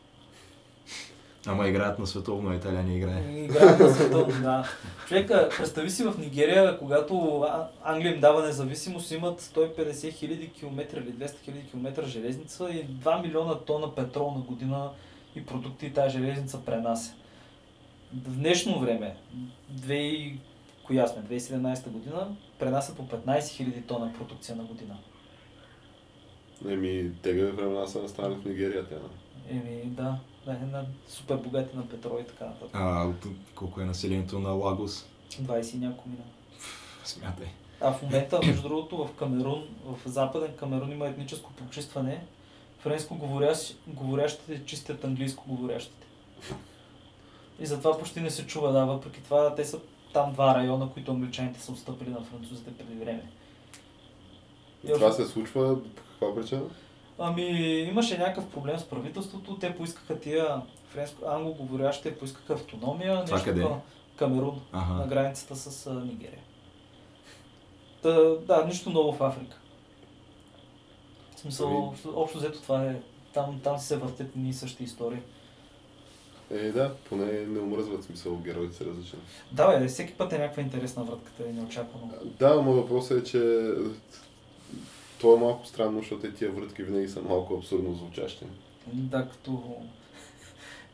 S1: Ама играят на световно, а Италия не играе.
S3: Играят на световно, да. Човека, представи си в Нигерия, когато А- Англия им дава независимост, имат 150 хиляди километра или 200 хиляди километра железница и 2 милиона тона петрол на година и продукти и тази железница пренася. В днешно време, 2 и- коя сме, 2017 година, пренасят по 15 хиляди тона продукция на година.
S2: Еми, тегави времена са настанали в Нигерия, тя.
S3: Еми, да, да, една супер богати на петрол и така нататък.
S1: А, от- колко е населението на Лагос?
S3: 20 и няколко милиона.
S1: Смятай.
S3: А в момента, между другото, в Камерун, в западен Камерун има етническо почистване. Френско говорящ, говорящите чистят английско говорящите. И затова почти не се чува, да, въпреки това те са там два района, които англичаните са отстъпили на французите преди време.
S2: И това се случва по каква причина?
S3: Ами, имаше някакъв проблем с правителството, те поискаха тия френско англоговорящите, поискаха автономия,
S1: Това къде е?
S3: такова. Камерун, на
S1: Ага.
S3: границата с а, Нигерия. Та, да, нищо ново в Африка. В смисъл,
S2: Ами-
S3: общо, общо взето това е. Там, там се въртят едни и същи истории.
S2: Е, да, поне не умръзват в смисъл, героите са различни.
S3: Да, бе, всеки път е някаква интересна вратката и неочаквано.
S2: Да, но въпросът е, че то е малко странно, защото те тия врътки винаги са малко абсурдно звучащи.
S3: Да, като,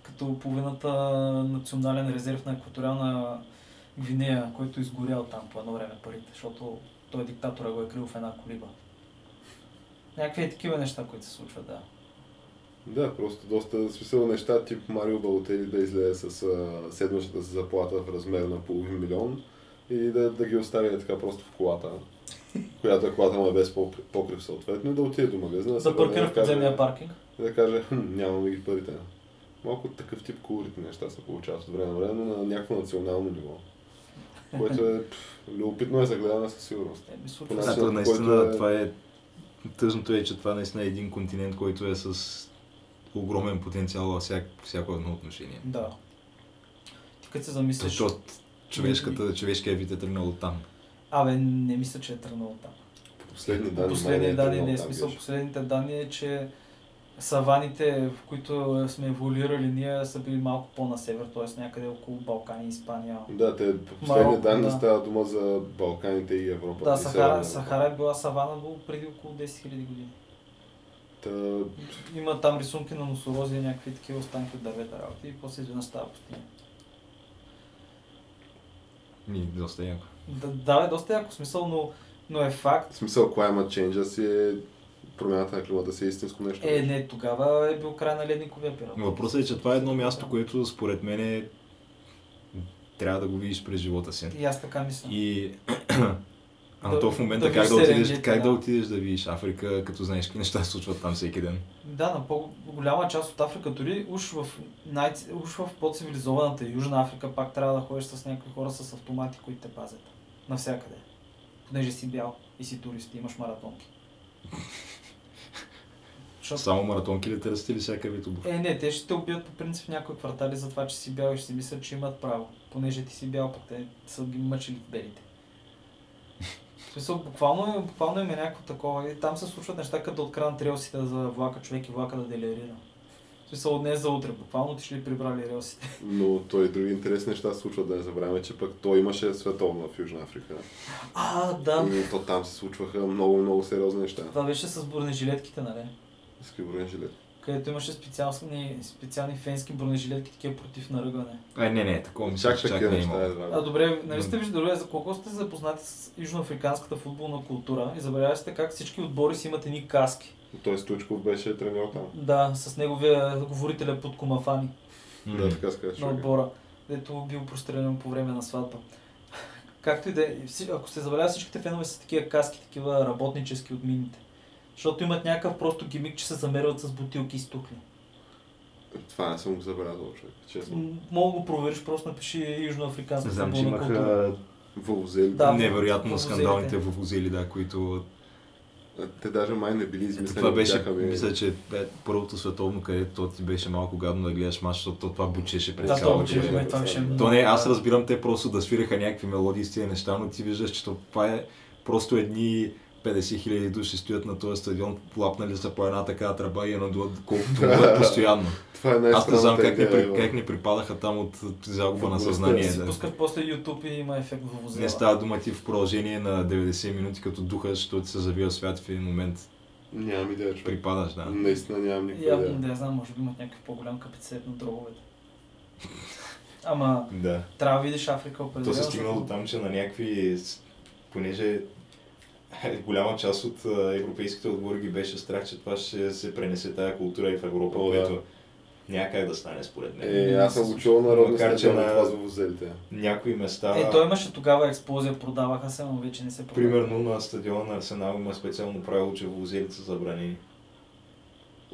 S3: като половината национален резерв на екваториална Гвинея, който е изгорял там по едно време парите, защото той диктатора го е крил в една колиба. Някакви е такива неща, които се случват, да.
S2: Да, просто доста в смисъл неща, тип Марио Балотели да излезе с а, седмичната си заплата в размер на половин милион и да, да ги остави така просто в колата, която е колата му е без покри- покрив съответно и да отиде до магазина. да се
S3: За
S2: върне и
S3: паркира в
S2: каже-
S3: подземния паркинг.
S2: и да каже, хм, нямаме ги парите. Малко такъв тип колоритни неща се получават от време на време, но на някакво национално ниво. Което е пф, любопитно е за гледане със сигурност.
S3: Е, ми
S2: По
S3: случва
S1: Да,
S3: се.
S2: начин,
S1: то
S2: който
S1: наистина
S2: е-
S1: това е... Тъжното е, че това наистина е един континент, който е с огромен потенциал във всяко, всяко едно отношение.
S3: Да. Ти като се замислиш...
S1: Защото човешката, човешкият вид е тръгнал от там.
S3: Абе, не мисля, че е тръгнал там.
S2: Последни данни. май
S3: Последни
S2: е
S3: данни,
S2: тръгнал
S3: не е
S2: там,
S3: смисъл.
S2: беше.
S3: Последните данни е, че саваните, в които сме еволюирали ние, са били малко по-на север, т.е. някъде около Балкани, Испания.
S2: Да, те по последни
S3: Марокко,
S2: данни
S3: да.
S2: става дума за Балканите и Европа.
S3: Да,
S2: и Северна Европа.
S3: Сахара, Сахара е била савана до преди около 10 000 години.
S2: Та,
S3: Има там рисунки на носорози и някакви такива останки от дървета работи и после изведнъж става пустиня.
S1: Ми, доста яко.
S3: Да, да, бе, доста яко смисъл, но, но е факт,
S2: в смисъл, Climate Change си е промяната на климата си е истинско нещо.
S3: Е, не, тогава е бил край на ледниковия период.
S1: Но Въпросът е, че това е едно място, което според мен е... трябва да го видиш през живота си.
S3: И аз така мисля.
S1: И... А на
S3: Да-
S1: то в момента
S3: да
S1: как, да
S3: видиш
S1: отидеш,
S3: Серенгети,
S1: как да
S3: да.
S1: отидеш да видиш Африка, като знаеш какви неща се случват там всеки ден.
S3: Да, на по-голяма част от Африка, дори уж в, най- уж в по-цивилизованата Южна Африка, пак трябва да ходиш с някакви хора с автомати, които те пазят. Навсякъде. Понеже си бял и си турист, и имаш маратонки. Защото...
S1: Само маратонки ли те растили всяка вид обувка?
S3: Е, не, те ще те убият по принцип в някои квартали за това, че си бял и ще си мислят, че имат право. Понеже ти си бял, пък те са ги мъчили белите. В смисъл, буквално, буквално има някакво такова. И там се случват неща, като да откранат релсите за влака, човек и влака да делерира. В смисъл, днес за утре, буквално отишли и прибрали релсите.
S2: Но той и други интересни неща се случват, да не забравяме, че пък той имаше световна в Южна Африка.
S3: А, да.
S2: И то там се случваха много, много сериозни неща.
S3: Това беше с бронежилетките, нали?
S2: С кибронжилет.
S3: Където имаше специални, специални фенски бронежилетки, такива против наръгване.
S1: Е, не, не, такова мисля,
S2: Ами Чак
S1: че чак
S2: такива
S1: не е
S2: неща
S1: имало.
S3: А,
S2: едва.
S3: добре, нали сте виждали, за колко сте запознати с южноафриканската футболна култура и забелязали сте как всички отбори си имат едни каски.
S2: Той Стучков беше треньор там.
S3: Да, с неговия говорителя под Комафани
S1: М.
S2: Да, така се казва
S3: на
S2: човек.
S3: отбора, дето бил прострелян по време на сватба. Както и да е, и вси- ако сте забелязали, всичките фенове са такива каски, такива работнически от мините. Защото имат някакъв просто гимик, че се замерват с бутилки и стукли.
S2: Това не съм го забелязал, човек. Честно.
S3: М, Мога да го провериш, просто напиши южноафриканска
S1: Знам, че
S3: футболна култура.
S1: имаха
S2: Вълзели.
S3: Да.
S1: невероятно
S3: вовузелите.
S1: скандалните вовозели, да, които...
S2: Те даже май не били измислени.
S1: Това
S2: от
S1: беше,
S2: тях, ами-
S1: мисля, че е, първото световно, където то ти беше малко гадно да гледаш матч, защото това бучеше през
S3: Да,
S1: цялото
S3: то
S2: бучеше,
S1: време.
S3: учили ме, това беше много.
S1: То не, аз разбирам, те просто да свиреха някакви мелодии с тези неща, но ти виждаш, че това е просто едни 50 хиляди души стоят на този стадион, лапнали са по една така тръба и я надуват колкото могат постоянно.
S2: Това е
S1: Аз не знам
S2: най-странната
S1: как ни,
S2: идея.
S1: при-
S2: Иван.
S1: как ни припадаха там от загуба на
S2: Футболистите
S1: съзнание.
S3: Си
S1: да.
S3: пускаш после YouTube и има ефект във возела.
S1: Не става дума ти в продължение на 90 минути като духа, защото се завива свят в един момент.
S2: Нямам идея, човек.
S1: Припадаш, да.
S2: Наистина нямам никаква
S3: Явно,
S2: идея.
S3: да я знам, може би имат някакъв по-голям капацитет на дроговете. Ама
S4: Да.
S3: трябва да видиш Африка определено.
S4: То
S1: е
S4: се стигна до
S3: защото-
S4: там, че на някакви, с- понеже голяма част от а, европейските отбори ги беше страх, че това ще се пренесе тази култура и в Европа,
S2: О, да.
S4: което няма как да стане според мен.
S2: Е, аз съм го чувал народно
S4: Макар, че
S2: стадион,
S4: на-
S2: това за вълзелите.
S4: Някои места,
S3: Е, той имаше тогава експлозия, продаваха се, но вече не се продава.
S4: примерно на стадиона на Арсенал има специално правило, че вълзелите са забранени.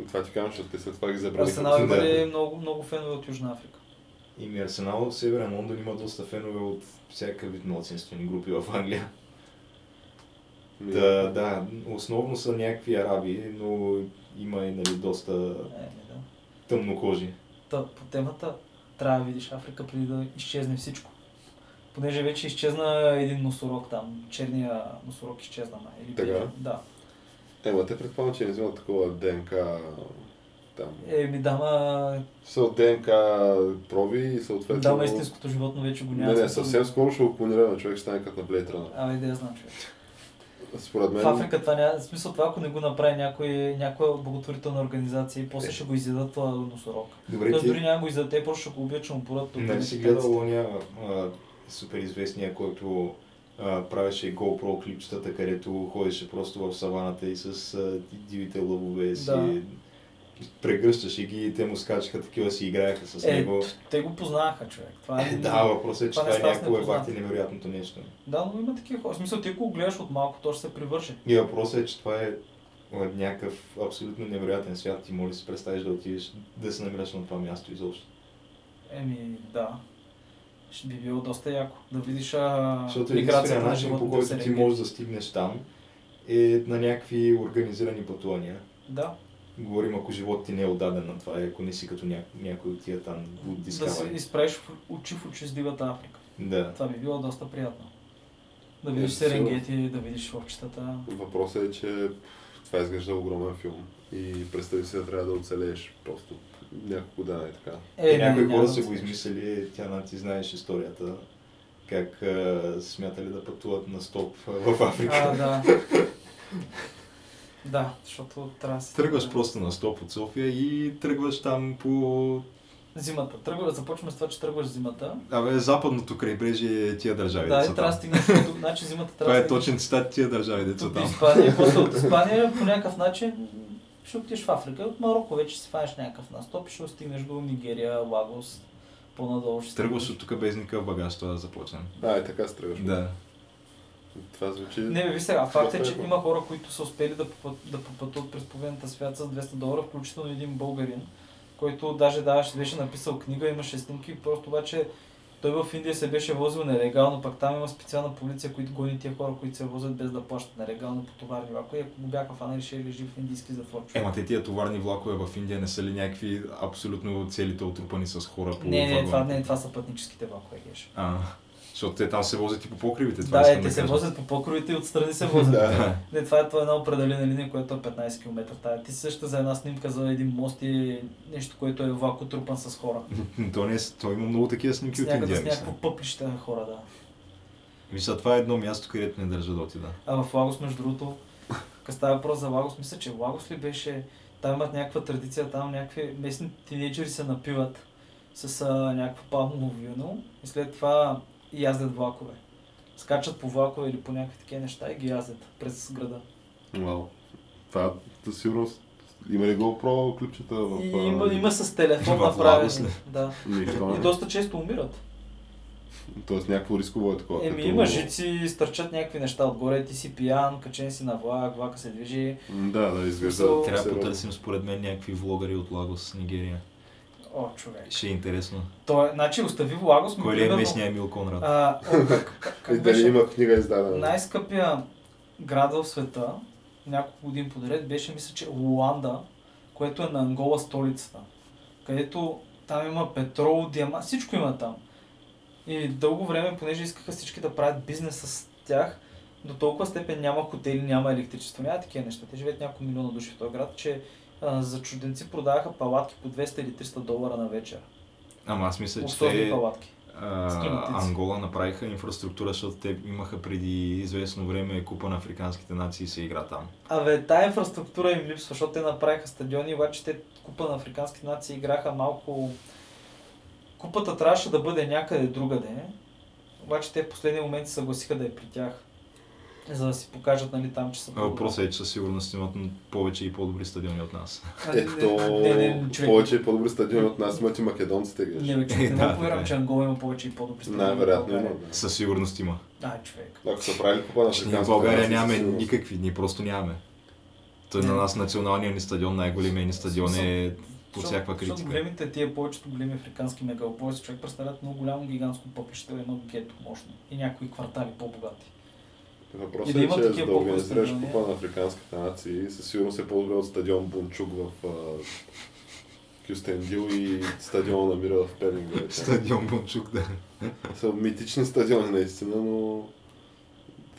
S2: Това ти казвам, защото те след това ги забраниха.
S3: Арсенал има
S2: нали, Да.
S3: ли много, много фенове от Южна Африка?
S4: И ми Арсенал в Северен Лондон има доста фенове от всякакъв вид младсинствени групи в Англия.
S2: Ми-
S4: Да, да, основно са някакви араби, но има и нали, доста
S3: Е, не, да.
S4: тъмнокожи.
S3: Та, по темата трябва да видиш Африка преди да изчезне всичко. Понеже вече изчезна един носорог там, черния носорог изчезна. май, Или
S2: Така?
S3: бели- Да.
S2: Е, ма те предполагам, че не взимат такова ДНК там.
S3: Еми, Е, дама,
S2: Са от ДНК проби и съответно...
S3: дама истинското животно вече го няма.
S2: е Не, не,
S3: смисъл.
S2: съвсем скоро ще го клонираме, човек ще стане като на Blade Runner.
S3: Абе, Ами, да я знам, човек.
S2: Според мен...
S3: В Африка това няма, в смисъл това, ако не го направи някой, някоя благотворителна организация и после ще го изядат това носорог.
S4: Добре,
S3: Тоест
S4: Е. ти,
S3: дори няма го изядат, те просто ще го убият, ще му порат тук.
S4: Нали си гледал оня а, суперизвестния, който а, правеше GoPro клипчетата, където ходеше просто в саваната и с а, дивите лъвове си.
S3: Да.
S4: Прегръщаше ги и те му скачаха такива си играеха с
S3: Е,
S4: него.
S3: те го познаха, човек. Това
S4: Е, да, въпросът е, че
S3: това не
S4: това е
S3: става с
S4: някакво е
S3: непознат.
S4: бахте невероятното нещо.
S3: Да, но има такива хора. В смисъл, ти ако го гледаш от малко, то ще се привърже.
S4: И въпросът е, че това е а, някакъв абсолютно невероятен свят. Ти може да си представиш да отидеш, да се намираш на това място изобщо.
S3: Еми, да. Ще би било доста яко да видиш а...
S4: Защото
S3: миграцията
S4: единственият
S3: на
S4: начин, по
S3: животните в
S4: който ти
S3: Серегия.
S4: можеш да стигнеш там, е на някакви организирани пътувания.
S3: Да,
S4: Говорим, ако живот ти не е отдаден на това, и ако не си като ня... някой от тия там от
S3: да си
S4: Discovery.
S3: изправиш в- очи в очи с дивата Африка.
S4: Да.
S3: Това би било доста приятно. Да
S2: Е,
S3: видиш
S2: със сигурност.
S3: Серенгети, да видиш овчетата.
S2: Въпросът е, че това изглежда огромен филм. И представи си да трябва да оцелееш просто няколко дена и така.
S4: Е, някои
S3: няма
S4: хора
S3: да
S4: са го
S3: отидеш.
S4: измислили, тя на ти знаеш историята, как а, смятали да пътуват на стоп а, в Африка.
S3: А, да. да, защото трябва да се...
S1: Тръгваш просто на стоп от София и тръгваш там по...
S3: Зимата. Тръгва, започваме с това, че тръгваш зимата.
S1: Абе, западното крайбрежие е тия държави.
S3: да,
S1: деца
S3: и трябва да
S1: там.
S3: стигнеш до... Значи зимата
S1: Това
S3: трябва да
S1: е
S3: стигнеш
S1: точен цитат, тия държави деца
S3: до
S1: там.
S3: Испания. После от Испания по някакъв начин ще отидеш в Африка. От Марокко вече ще си фанеш някакъв настоп и ще стигнеш до Нигерия, Лагос, по-надолу ще
S1: Тръгваш
S3: стигнеш.
S1: от тук без никакъв багаж, това да започнем.
S2: А, е така стръгаш.
S1: Да.
S2: Това звучи...
S3: Не, бе, ви сега, факт е, че
S2: Доста е
S3: има хора, които са успели да, попът, да попътуват през половината свят с 200 долара, включително един българин, който даже даваше, беше написал книга, имаше снимки, просто обаче той в Индия се беше возил нелегално, пък там има специална полиция, които гони тия хора, които се возят без да плащат нелегално по товарни влакове. Ако го бяха фанали, ще е лежи в индийски затвор. човек.
S1: Ема те тия товарни влакове в Индия не са ли някакви абсолютно целите отрупани с хора по
S3: не, не,
S1: вагон?
S3: това, не, това са пътническите влакове, геш.
S1: А, Защото те там се возят и по покривите.
S3: Да, е,
S1: искам
S3: те се
S1: кажа.
S3: возят по покровите и отстрани се возят.
S2: Да.
S3: Не, това е това е една определена линия, която е 15 км. Тая. Ти също за една снимка за един мост и нещо, което е влак отрупан с хора.
S1: То, не, е- то има много такива снимки
S3: С
S1: от
S3: някъде
S1: Индия.
S3: с някакво
S1: мисля.
S3: пъпище на хора, да.
S1: Мисля, това е едно място, където не държа да отида.
S3: А в Лагос, между другото, като става въпрос за Лагос, мисля, че Лагос ли беше, там имат някаква традиция, там някакви местни тинейджери се напиват с а, някакво палмово вино и след това яздят влакове. Скачат по влакове или по някакви такива неща и ги яздят през града.
S2: Вау. Това със сигурност има ли GoPro клипчета в...
S3: И
S2: а,
S3: има, има с телефон
S1: в Лагос
S3: направени.
S1: ли?
S3: Да.
S2: Нищо
S3: И
S2: не.
S3: доста често умират.
S2: Тоест някакво рисково е такова.
S3: Еми има жици, стърчат някакви неща отгоре, ти си пиян, качен си на влак, влака се движи.
S2: М, Да, да, изглежда.
S3: Смисъл-
S1: Трябва да
S2: сериозно.
S1: потърсим според мен някакви влогари от Лагос, Нигерия.
S3: О, човек.
S1: Ще е интересно.
S3: Той, значи остави в Лагос, но
S1: Кой ли е
S3: примерно-
S1: местния Емил Конрад?
S3: А, о, как, как,
S2: И
S3: как
S2: Е, дали
S3: беше?
S2: има книга издадена.
S3: Най-скъпия град в света, няколко години подред, беше мисля, че Луанда, което е на Ангола столицата. Където там има петрол, диамант, всичко има там. И дълго време, понеже искаха всички да правят бизнес с тях, до толкова степен няма хотели, няма електричество, няма такива неща. Те живеят няколко милиона души в този град, че а, за чуденци продаваха палатки по 200 или 300 долара на вечер.
S1: Ама аз мисля, че
S3: Особни
S1: те,
S3: палатки.
S1: а,
S3: Скинотици.
S1: Ангола направиха инфраструктура, защото те имаха преди известно време купа на африканските нации и се игра там.
S3: Абе, тая инфраструктура им липсва, защото те направиха стадиони, обаче те купа на африканските нации играха малко... Купата трябваше да бъде някъде другаде, обаче те в последния момент се съгласиха да е при тях, за да си покажат нали, там, че са
S1: А Въпросът е, че със сигурност имат повече и по-добри стадиони от нас.
S3: А, не-
S2: Ето,
S3: не, не, не, човек,
S2: Е, повече и по-добри стадиони от нас имат и македонците. геш.
S3: Не, бе, човек, не
S1: Да,
S3: мога да повярвам,
S1: така е.
S3: че Ангола има повече и по-добри стадиони.
S2: Най-вероятно
S3: от
S2: има.
S3: България.
S2: да.
S1: Със сигурност има.
S3: А, човек.
S2: Ако са правили купа на
S1: Значи Ние в
S2: африканските
S1: България
S2: нации, със
S1: нямаме
S2: сигурност.
S1: никакви, ние просто нямаме. Той на
S3: Не.
S1: нас националният ни стадион, най-големият ни стадион е по
S3: Защото-
S1: всякаква
S3: Защото
S1: критика.
S3: големите, тия повечето големи африкански мегаполиси, човек представляват много голямо гигантско пъпище, едно гето мощно и някои квартали по-богати. И
S2: Въпросът
S3: да
S2: е,
S3: има
S2: че за
S3: такива
S2: да
S3: по-късни
S2: организираш
S3: стадиони.
S2: купа на африканските нации, със сигурност е по-добре от стадион Бунчук в а, Кюстендил и стадиона на мира в Пелинг. да речем.
S1: Стадион Бунчук, да.
S2: Са митични стадиони наистина, но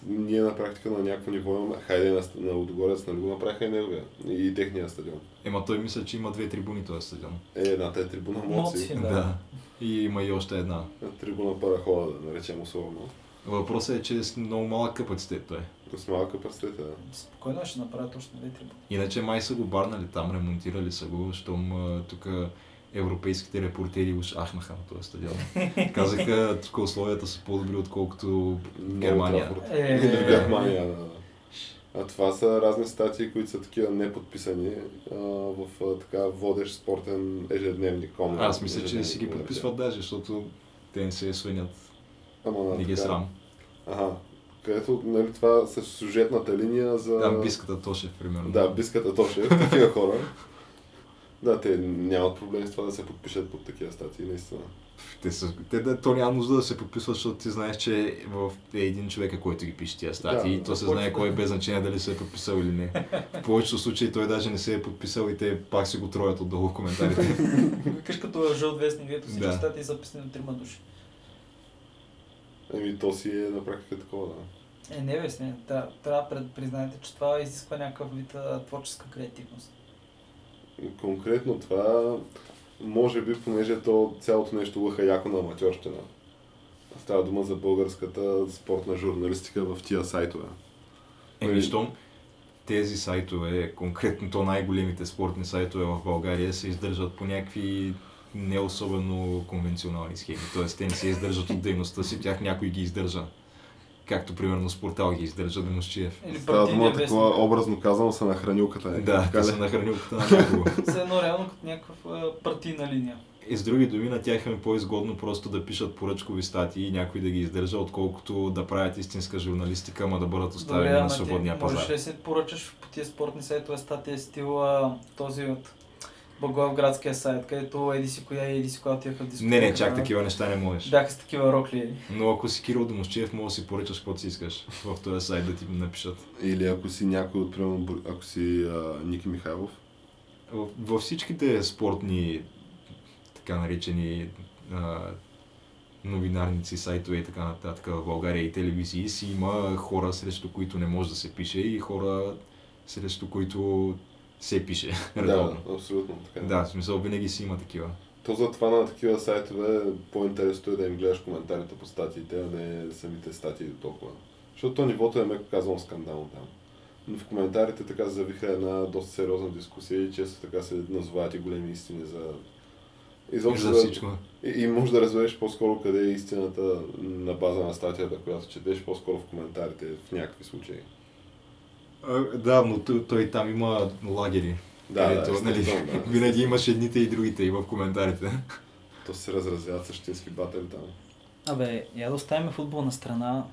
S2: ние на практика на някакво ниво имаме. Хайде на, ст- на Удогорец, нали го направиха и неговия. И техния стадион.
S1: Ема той мисля, че има две трибуни този стадион.
S2: Е, едната е трибуна Моци.
S3: Моци. Да.
S1: Да. И има и още една.
S2: Трибуна Парахода, да наречем условно.
S1: Въпросът е, че с много малък капацитет той. е.
S2: Но С малка пръстите, да.
S3: Спокойно ще направят още две трибуни.
S1: Иначе май са го барнали там, ремонтирали са го, щом тук европейските репортери уж ахнаха на този стадион. Казаха, тук условията са по-добри, отколкото
S2: Много
S1: Германия.
S2: трафарет.
S3: Е,
S2: Или в Германия. да, да. А това са разни статии, които са такива неподписани а, в а, така водещ спортен ежедневник. Комент,
S1: Аз мисля, че
S2: ежедневник,
S1: си ги
S2: Е, да
S1: подписват даже, защото те не се свинят,
S2: речем. Ама,
S1: не ги е
S2: така.
S1: срам.
S2: Ага. Където, нали, това с сюжетната линия за...
S1: Да, биската Тошев, примерно.
S2: Да, биската Тошев, такива хора. Да, те нямат проблем с това да се подпишат под такива статии, наистина.
S1: Те, са, те да, то няма нужда да се подписват, защото ти знаеш, че в, е един човек, който ги пише тия статии
S2: Да,
S1: и то се
S2: започва.
S1: знае кой е без значение дали се е подписал или не. В повечето случаи той даже не се е подписал и те пак си го троят отдолу в коментарите.
S3: Викаш като е жълт вестник, дето всички
S1: Да.
S3: статии са писани на трима души.
S2: Еми, то си е на практика такова, да.
S3: Е, не бе, сме, да, трябва да пред- признаете, че това изисква някакъв вид а, творческа креативност.
S2: Конкретно това, може би, понеже то цялото нещо лъха яко на аматьорщина. Става дума за българската спортна журналистика в тия сайтове. Е,
S1: Еми, щом Нали, тези сайтове, конкретно то най-големите спортни сайтове в България, се издържат по някакви не особено конвенционални схеми. Тоест, те не се издържат от дейността си, тях някой ги издържа. Както примерно Спортал ги издържа Деносчиев.
S3: Или
S2: Става дума
S3: партийния
S2: такова,
S3: вестник.
S2: образно казано, са на хранилката. не?
S1: Да,
S2: Е, Така
S1: те
S2: ли?
S1: са на хранилката на някого.
S3: Все едно реално като някаква а, партийна линия.
S1: И с други думи, на тях им е по-изгодно просто да пишат поръчкови статии и някой да ги издържа, отколкото да правят истинска журналистика, ама да бъдат оставени
S3: Добре,
S1: на
S3: ама ти
S1: свободния пазар.
S3: Можеш ли да си поръчаш по тия спортни сайтове статия стил а, този от Благоевградския сайт, където еди си коя и еди си коя отиваха в
S1: Не, не, чак
S3: дискотеката.
S1: такива неща не можеш.
S3: Бяха с такива рокли.
S1: Но ако си Кирил Домощиев, може да си поръчаш каквото си искаш в този сайт да ти напишат.
S2: Или ако си някой от, примерно, Бор- ако си а, Ники Михайлов,
S1: В- Във всичките спортни, така наречени, а, новинарници, сайтове и така нататък в България и телевизии си има хора, срещу които не може да се пише и хора, срещу които се пише.
S2: Да,
S1: редовно.
S2: абсолютно така.
S1: да, в смисъл винаги си има такива.
S2: То затова на такива сайтове по-интересно е да им гледаш коментарите по статиите, а не самите статии до толкова. Защото то нивото е меко казано скандално там. Но в коментарите така се завиха една доста сериозна дискусия и често така се назовават и големи истини за... Изобщо
S1: За
S2: да-
S1: всичко.
S2: И, и може да разбереш по-скоро къде е истината на база на статията, която четеш, по-скоро в коментарите в някакви случаи.
S1: А, Да, но той, той там има лагери.
S2: Да, да,
S1: където, нали,
S2: естествено, да.
S1: винаги имаш едните и другите и в коментарите.
S2: То се разразяват същински батали там.
S3: Абе, я да оставим футбол на страна.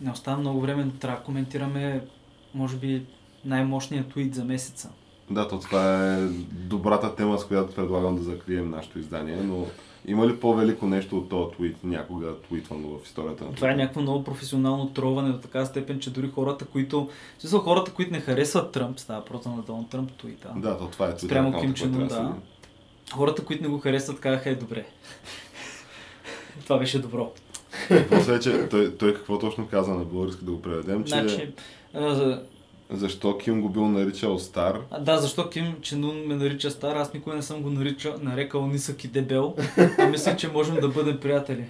S3: Не остава много време, но трябва да коментираме, може би, най-мощният твит за месеца.
S2: Да, то това е добрата тема, с която предлагам да закрием нашето издание, но има ли по-велико нещо от този твит, някога твитвано в историята на
S3: Това е
S2: Twitter?
S3: някакво много професионално троване до така степен, че дори хората, които... В смисъл, хората, които не харесват Тръмп, става просто на Доналд Тръмп твита.
S2: Да, то това е твит.
S3: Спрямо Ким Чен Ун, да. Хората, които не го харесват, казаха е добре. Това беше добро.
S2: После, че той, той какво точно каза на български да го преведем, че
S3: Значи, а,
S2: защо Ким го бил наричал стар,
S3: а, да, защо Ким Ченун ме нарича стар, аз никога не съм го нарича, нарекал нисък и дебел, а мисля, че можем да бъдем приятели.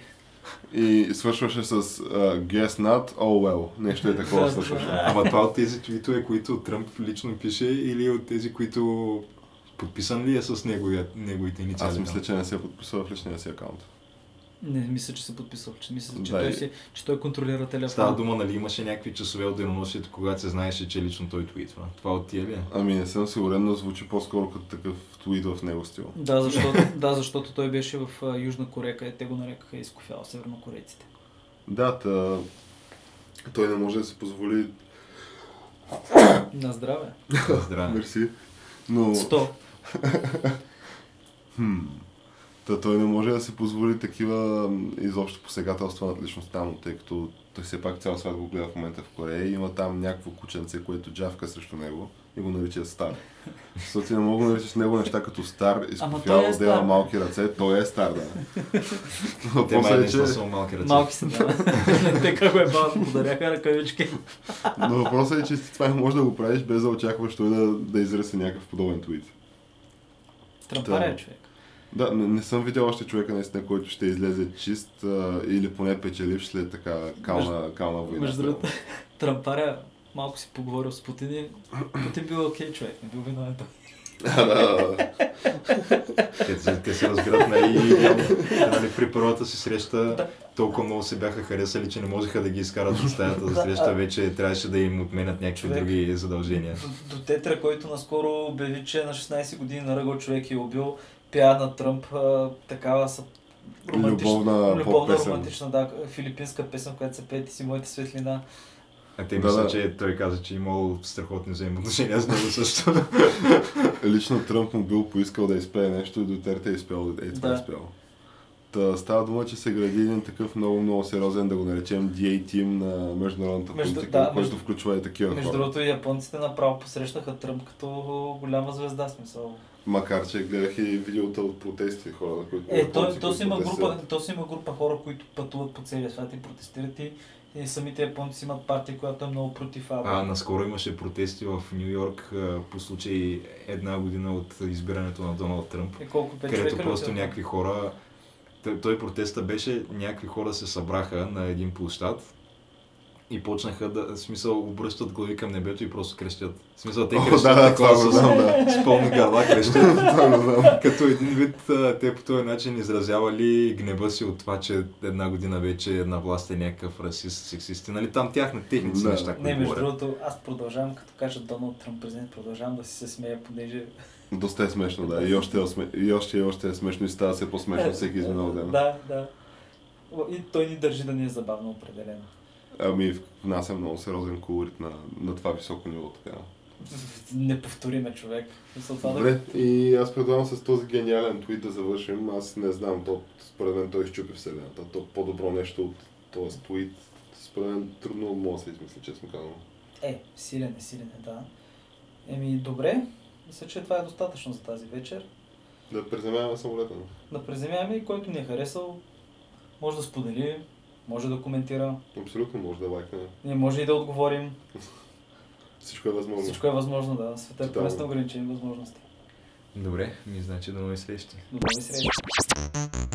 S2: И свършваше с uh, Guess not, oh well. Нещо е такова
S3: Да,
S2: свършваше.
S1: Ама това от тези твитове, които Тръмп лично пише или от тези, които подписан ли е с неговия, неговите инициали?
S2: Аз мисля,
S1: там?
S2: че не се е подписал в личния си акаунт.
S3: Не, мисля, че се подписал, че мисля, че,
S2: Да, и-
S3: той, си, че той контролира телефона.
S1: Става дума, нали имаше някакви часове от деноносието, когато се знаеше, че лично той твитва. Това от тия ли е?
S2: Ами не съм сигурен, но звучи по-скоро като такъв твит в него стил.
S3: Да, защото, да, защото той беше в а, Южна Корея, къде те го нарекаха изкофял севернокорейците.
S2: Да, та... той не може да се позволи,
S3: На здраве.
S1: Здраве.
S2: мерси, но...
S3: Сто.
S2: Хм. Та той не може да се позволи такива м, изобщо посегателства над личността му, тъй като той все пак цял свят го гледа в момента в Корея и има там някакво кученце, което джавка срещу него и го нарича стар. Защото ти не мога да наричаш него неща като стар,
S3: той
S2: изкофял,
S3: е
S2: да има
S3: стар.
S2: малки ръце, той е стар, да.
S1: Те май
S2: Въпросът е, че,
S1: наистина са малки ръце.
S3: Малки се да. те как го е бавно, подаряха ръкавички.
S2: но въпросът е, че ти това не можеш да го правиш без да очакваш той да, да израси някакъв подобен твит.
S3: Трампаря
S2: Да.
S3: е човек.
S2: Да, не, не съм видял още човека наистина, който ще излезе чист а, или поне печеливш след така кална, кална война.
S3: Между другото, Трампаря малко си поговорил с Путин и Путин бил окей човек, не бил виновен той.
S2: Да, да, да.
S1: Те, се- те се разбират, нали? и явно, нали, при първата си среща толкова много се бяха харесали, че не можеха да ги изкарат от стаята за среща. Вече трябваше да им отменят някакви
S3: Човек.
S1: други задължения.
S3: До, до Тетра, който наскоро обяви, че е на 16 години наръгал човек и е убил пиар на Тръмп, а, такава са романтична,
S2: Любовна
S3: любовна
S2: по-песен.
S3: романтична, да, филипинска песен, която се пее ти си моята светлина.
S1: А те
S2: Да,
S1: мисля,
S2: да.
S1: че той каза, че е имал страхотни взаимоотношения с него също.
S2: Лично Тръмп му бил поискал да изпее нещо и Дутерте е изпел, е това
S3: Да.
S2: е изпел. Та, става дума, че се гради един такъв много, много сериозен, да го наречем DA тим на международната
S3: Между-
S2: политика,
S3: да,
S2: който
S3: между-
S2: включва и такива
S3: Между
S2: Е, хора.
S3: другото, и японците направо посрещнаха Тръмп като голяма звезда, смисъл.
S2: Макар, че гледах и видеота от протести хора, на които...
S3: Е, то,
S2: японци,
S3: то, си
S2: които
S3: има група,
S2: протестират.
S3: то си има група хора, които пътуват по целия свят и протестират и, и самите японци имат партия, която е много против
S1: А,
S3: Аба.
S1: наскоро имаше протести в Нью Йорк а, по случай една година от избирането на Доналд Тръмп,
S3: И колко пет
S1: където
S3: човека ли
S1: просто
S3: отиват?
S1: някакви хора... Той, той протеста беше, някакви хора се събраха на един площад и почнаха да, в смисъл, обръщат глави към небето и просто крещят. В смисъл, те
S2: О,
S1: крещат
S2: да, да,
S1: такова
S2: това го
S1: с,
S2: знам, да.
S1: с пълни гърла, крещят.
S2: Това го знам.
S1: Като един вид, а, те по този начин изразявали гнева си от това, че една година вече на власт е някакъв расист, сексист. и, Нали там тях на техните си
S2: Да.
S1: неща,
S3: Не,
S1: които
S3: между
S1: говорят.
S3: другото, аз продължавам, като кажа Доналд Тръмп президент, продължавам да си се смея, понеже...
S2: Доста е смешно, да. И още, е осме- и още, и още е смешно и става все по-смешно всеки изминал ден.
S3: Да, да. О, И той ни държи да ни е забавно определено.
S2: Ами, в нас е много сериозен колорит на, на това високо ниво, така.
S3: Неповториме е човек. Мисъл, това да-
S2: Добре, и аз предлагам с този гениален твит да завършим. Аз не знам, то, според мен той изчупи вселената. То по-добро нещо от този твит. Според мен трудно мога да се измисли, честно казвам.
S3: Е, силен е, силен е, да. Еми, добре. Мисля, че това е достатъчно за тази вечер.
S2: Да приземяваме самолета.
S3: Да преземяваме и който ни е харесал, може да сподели, може да коментира,
S2: Абсолютно може да лайкне.
S3: ние може и да отговорим.
S2: Всичко е възможно.
S3: Всичко е възможно, да. Света е
S2: Тотално.
S3: пълен с неограничени възможности.
S1: е Добре, ми значи до нови срещи.
S3: До нови срещи!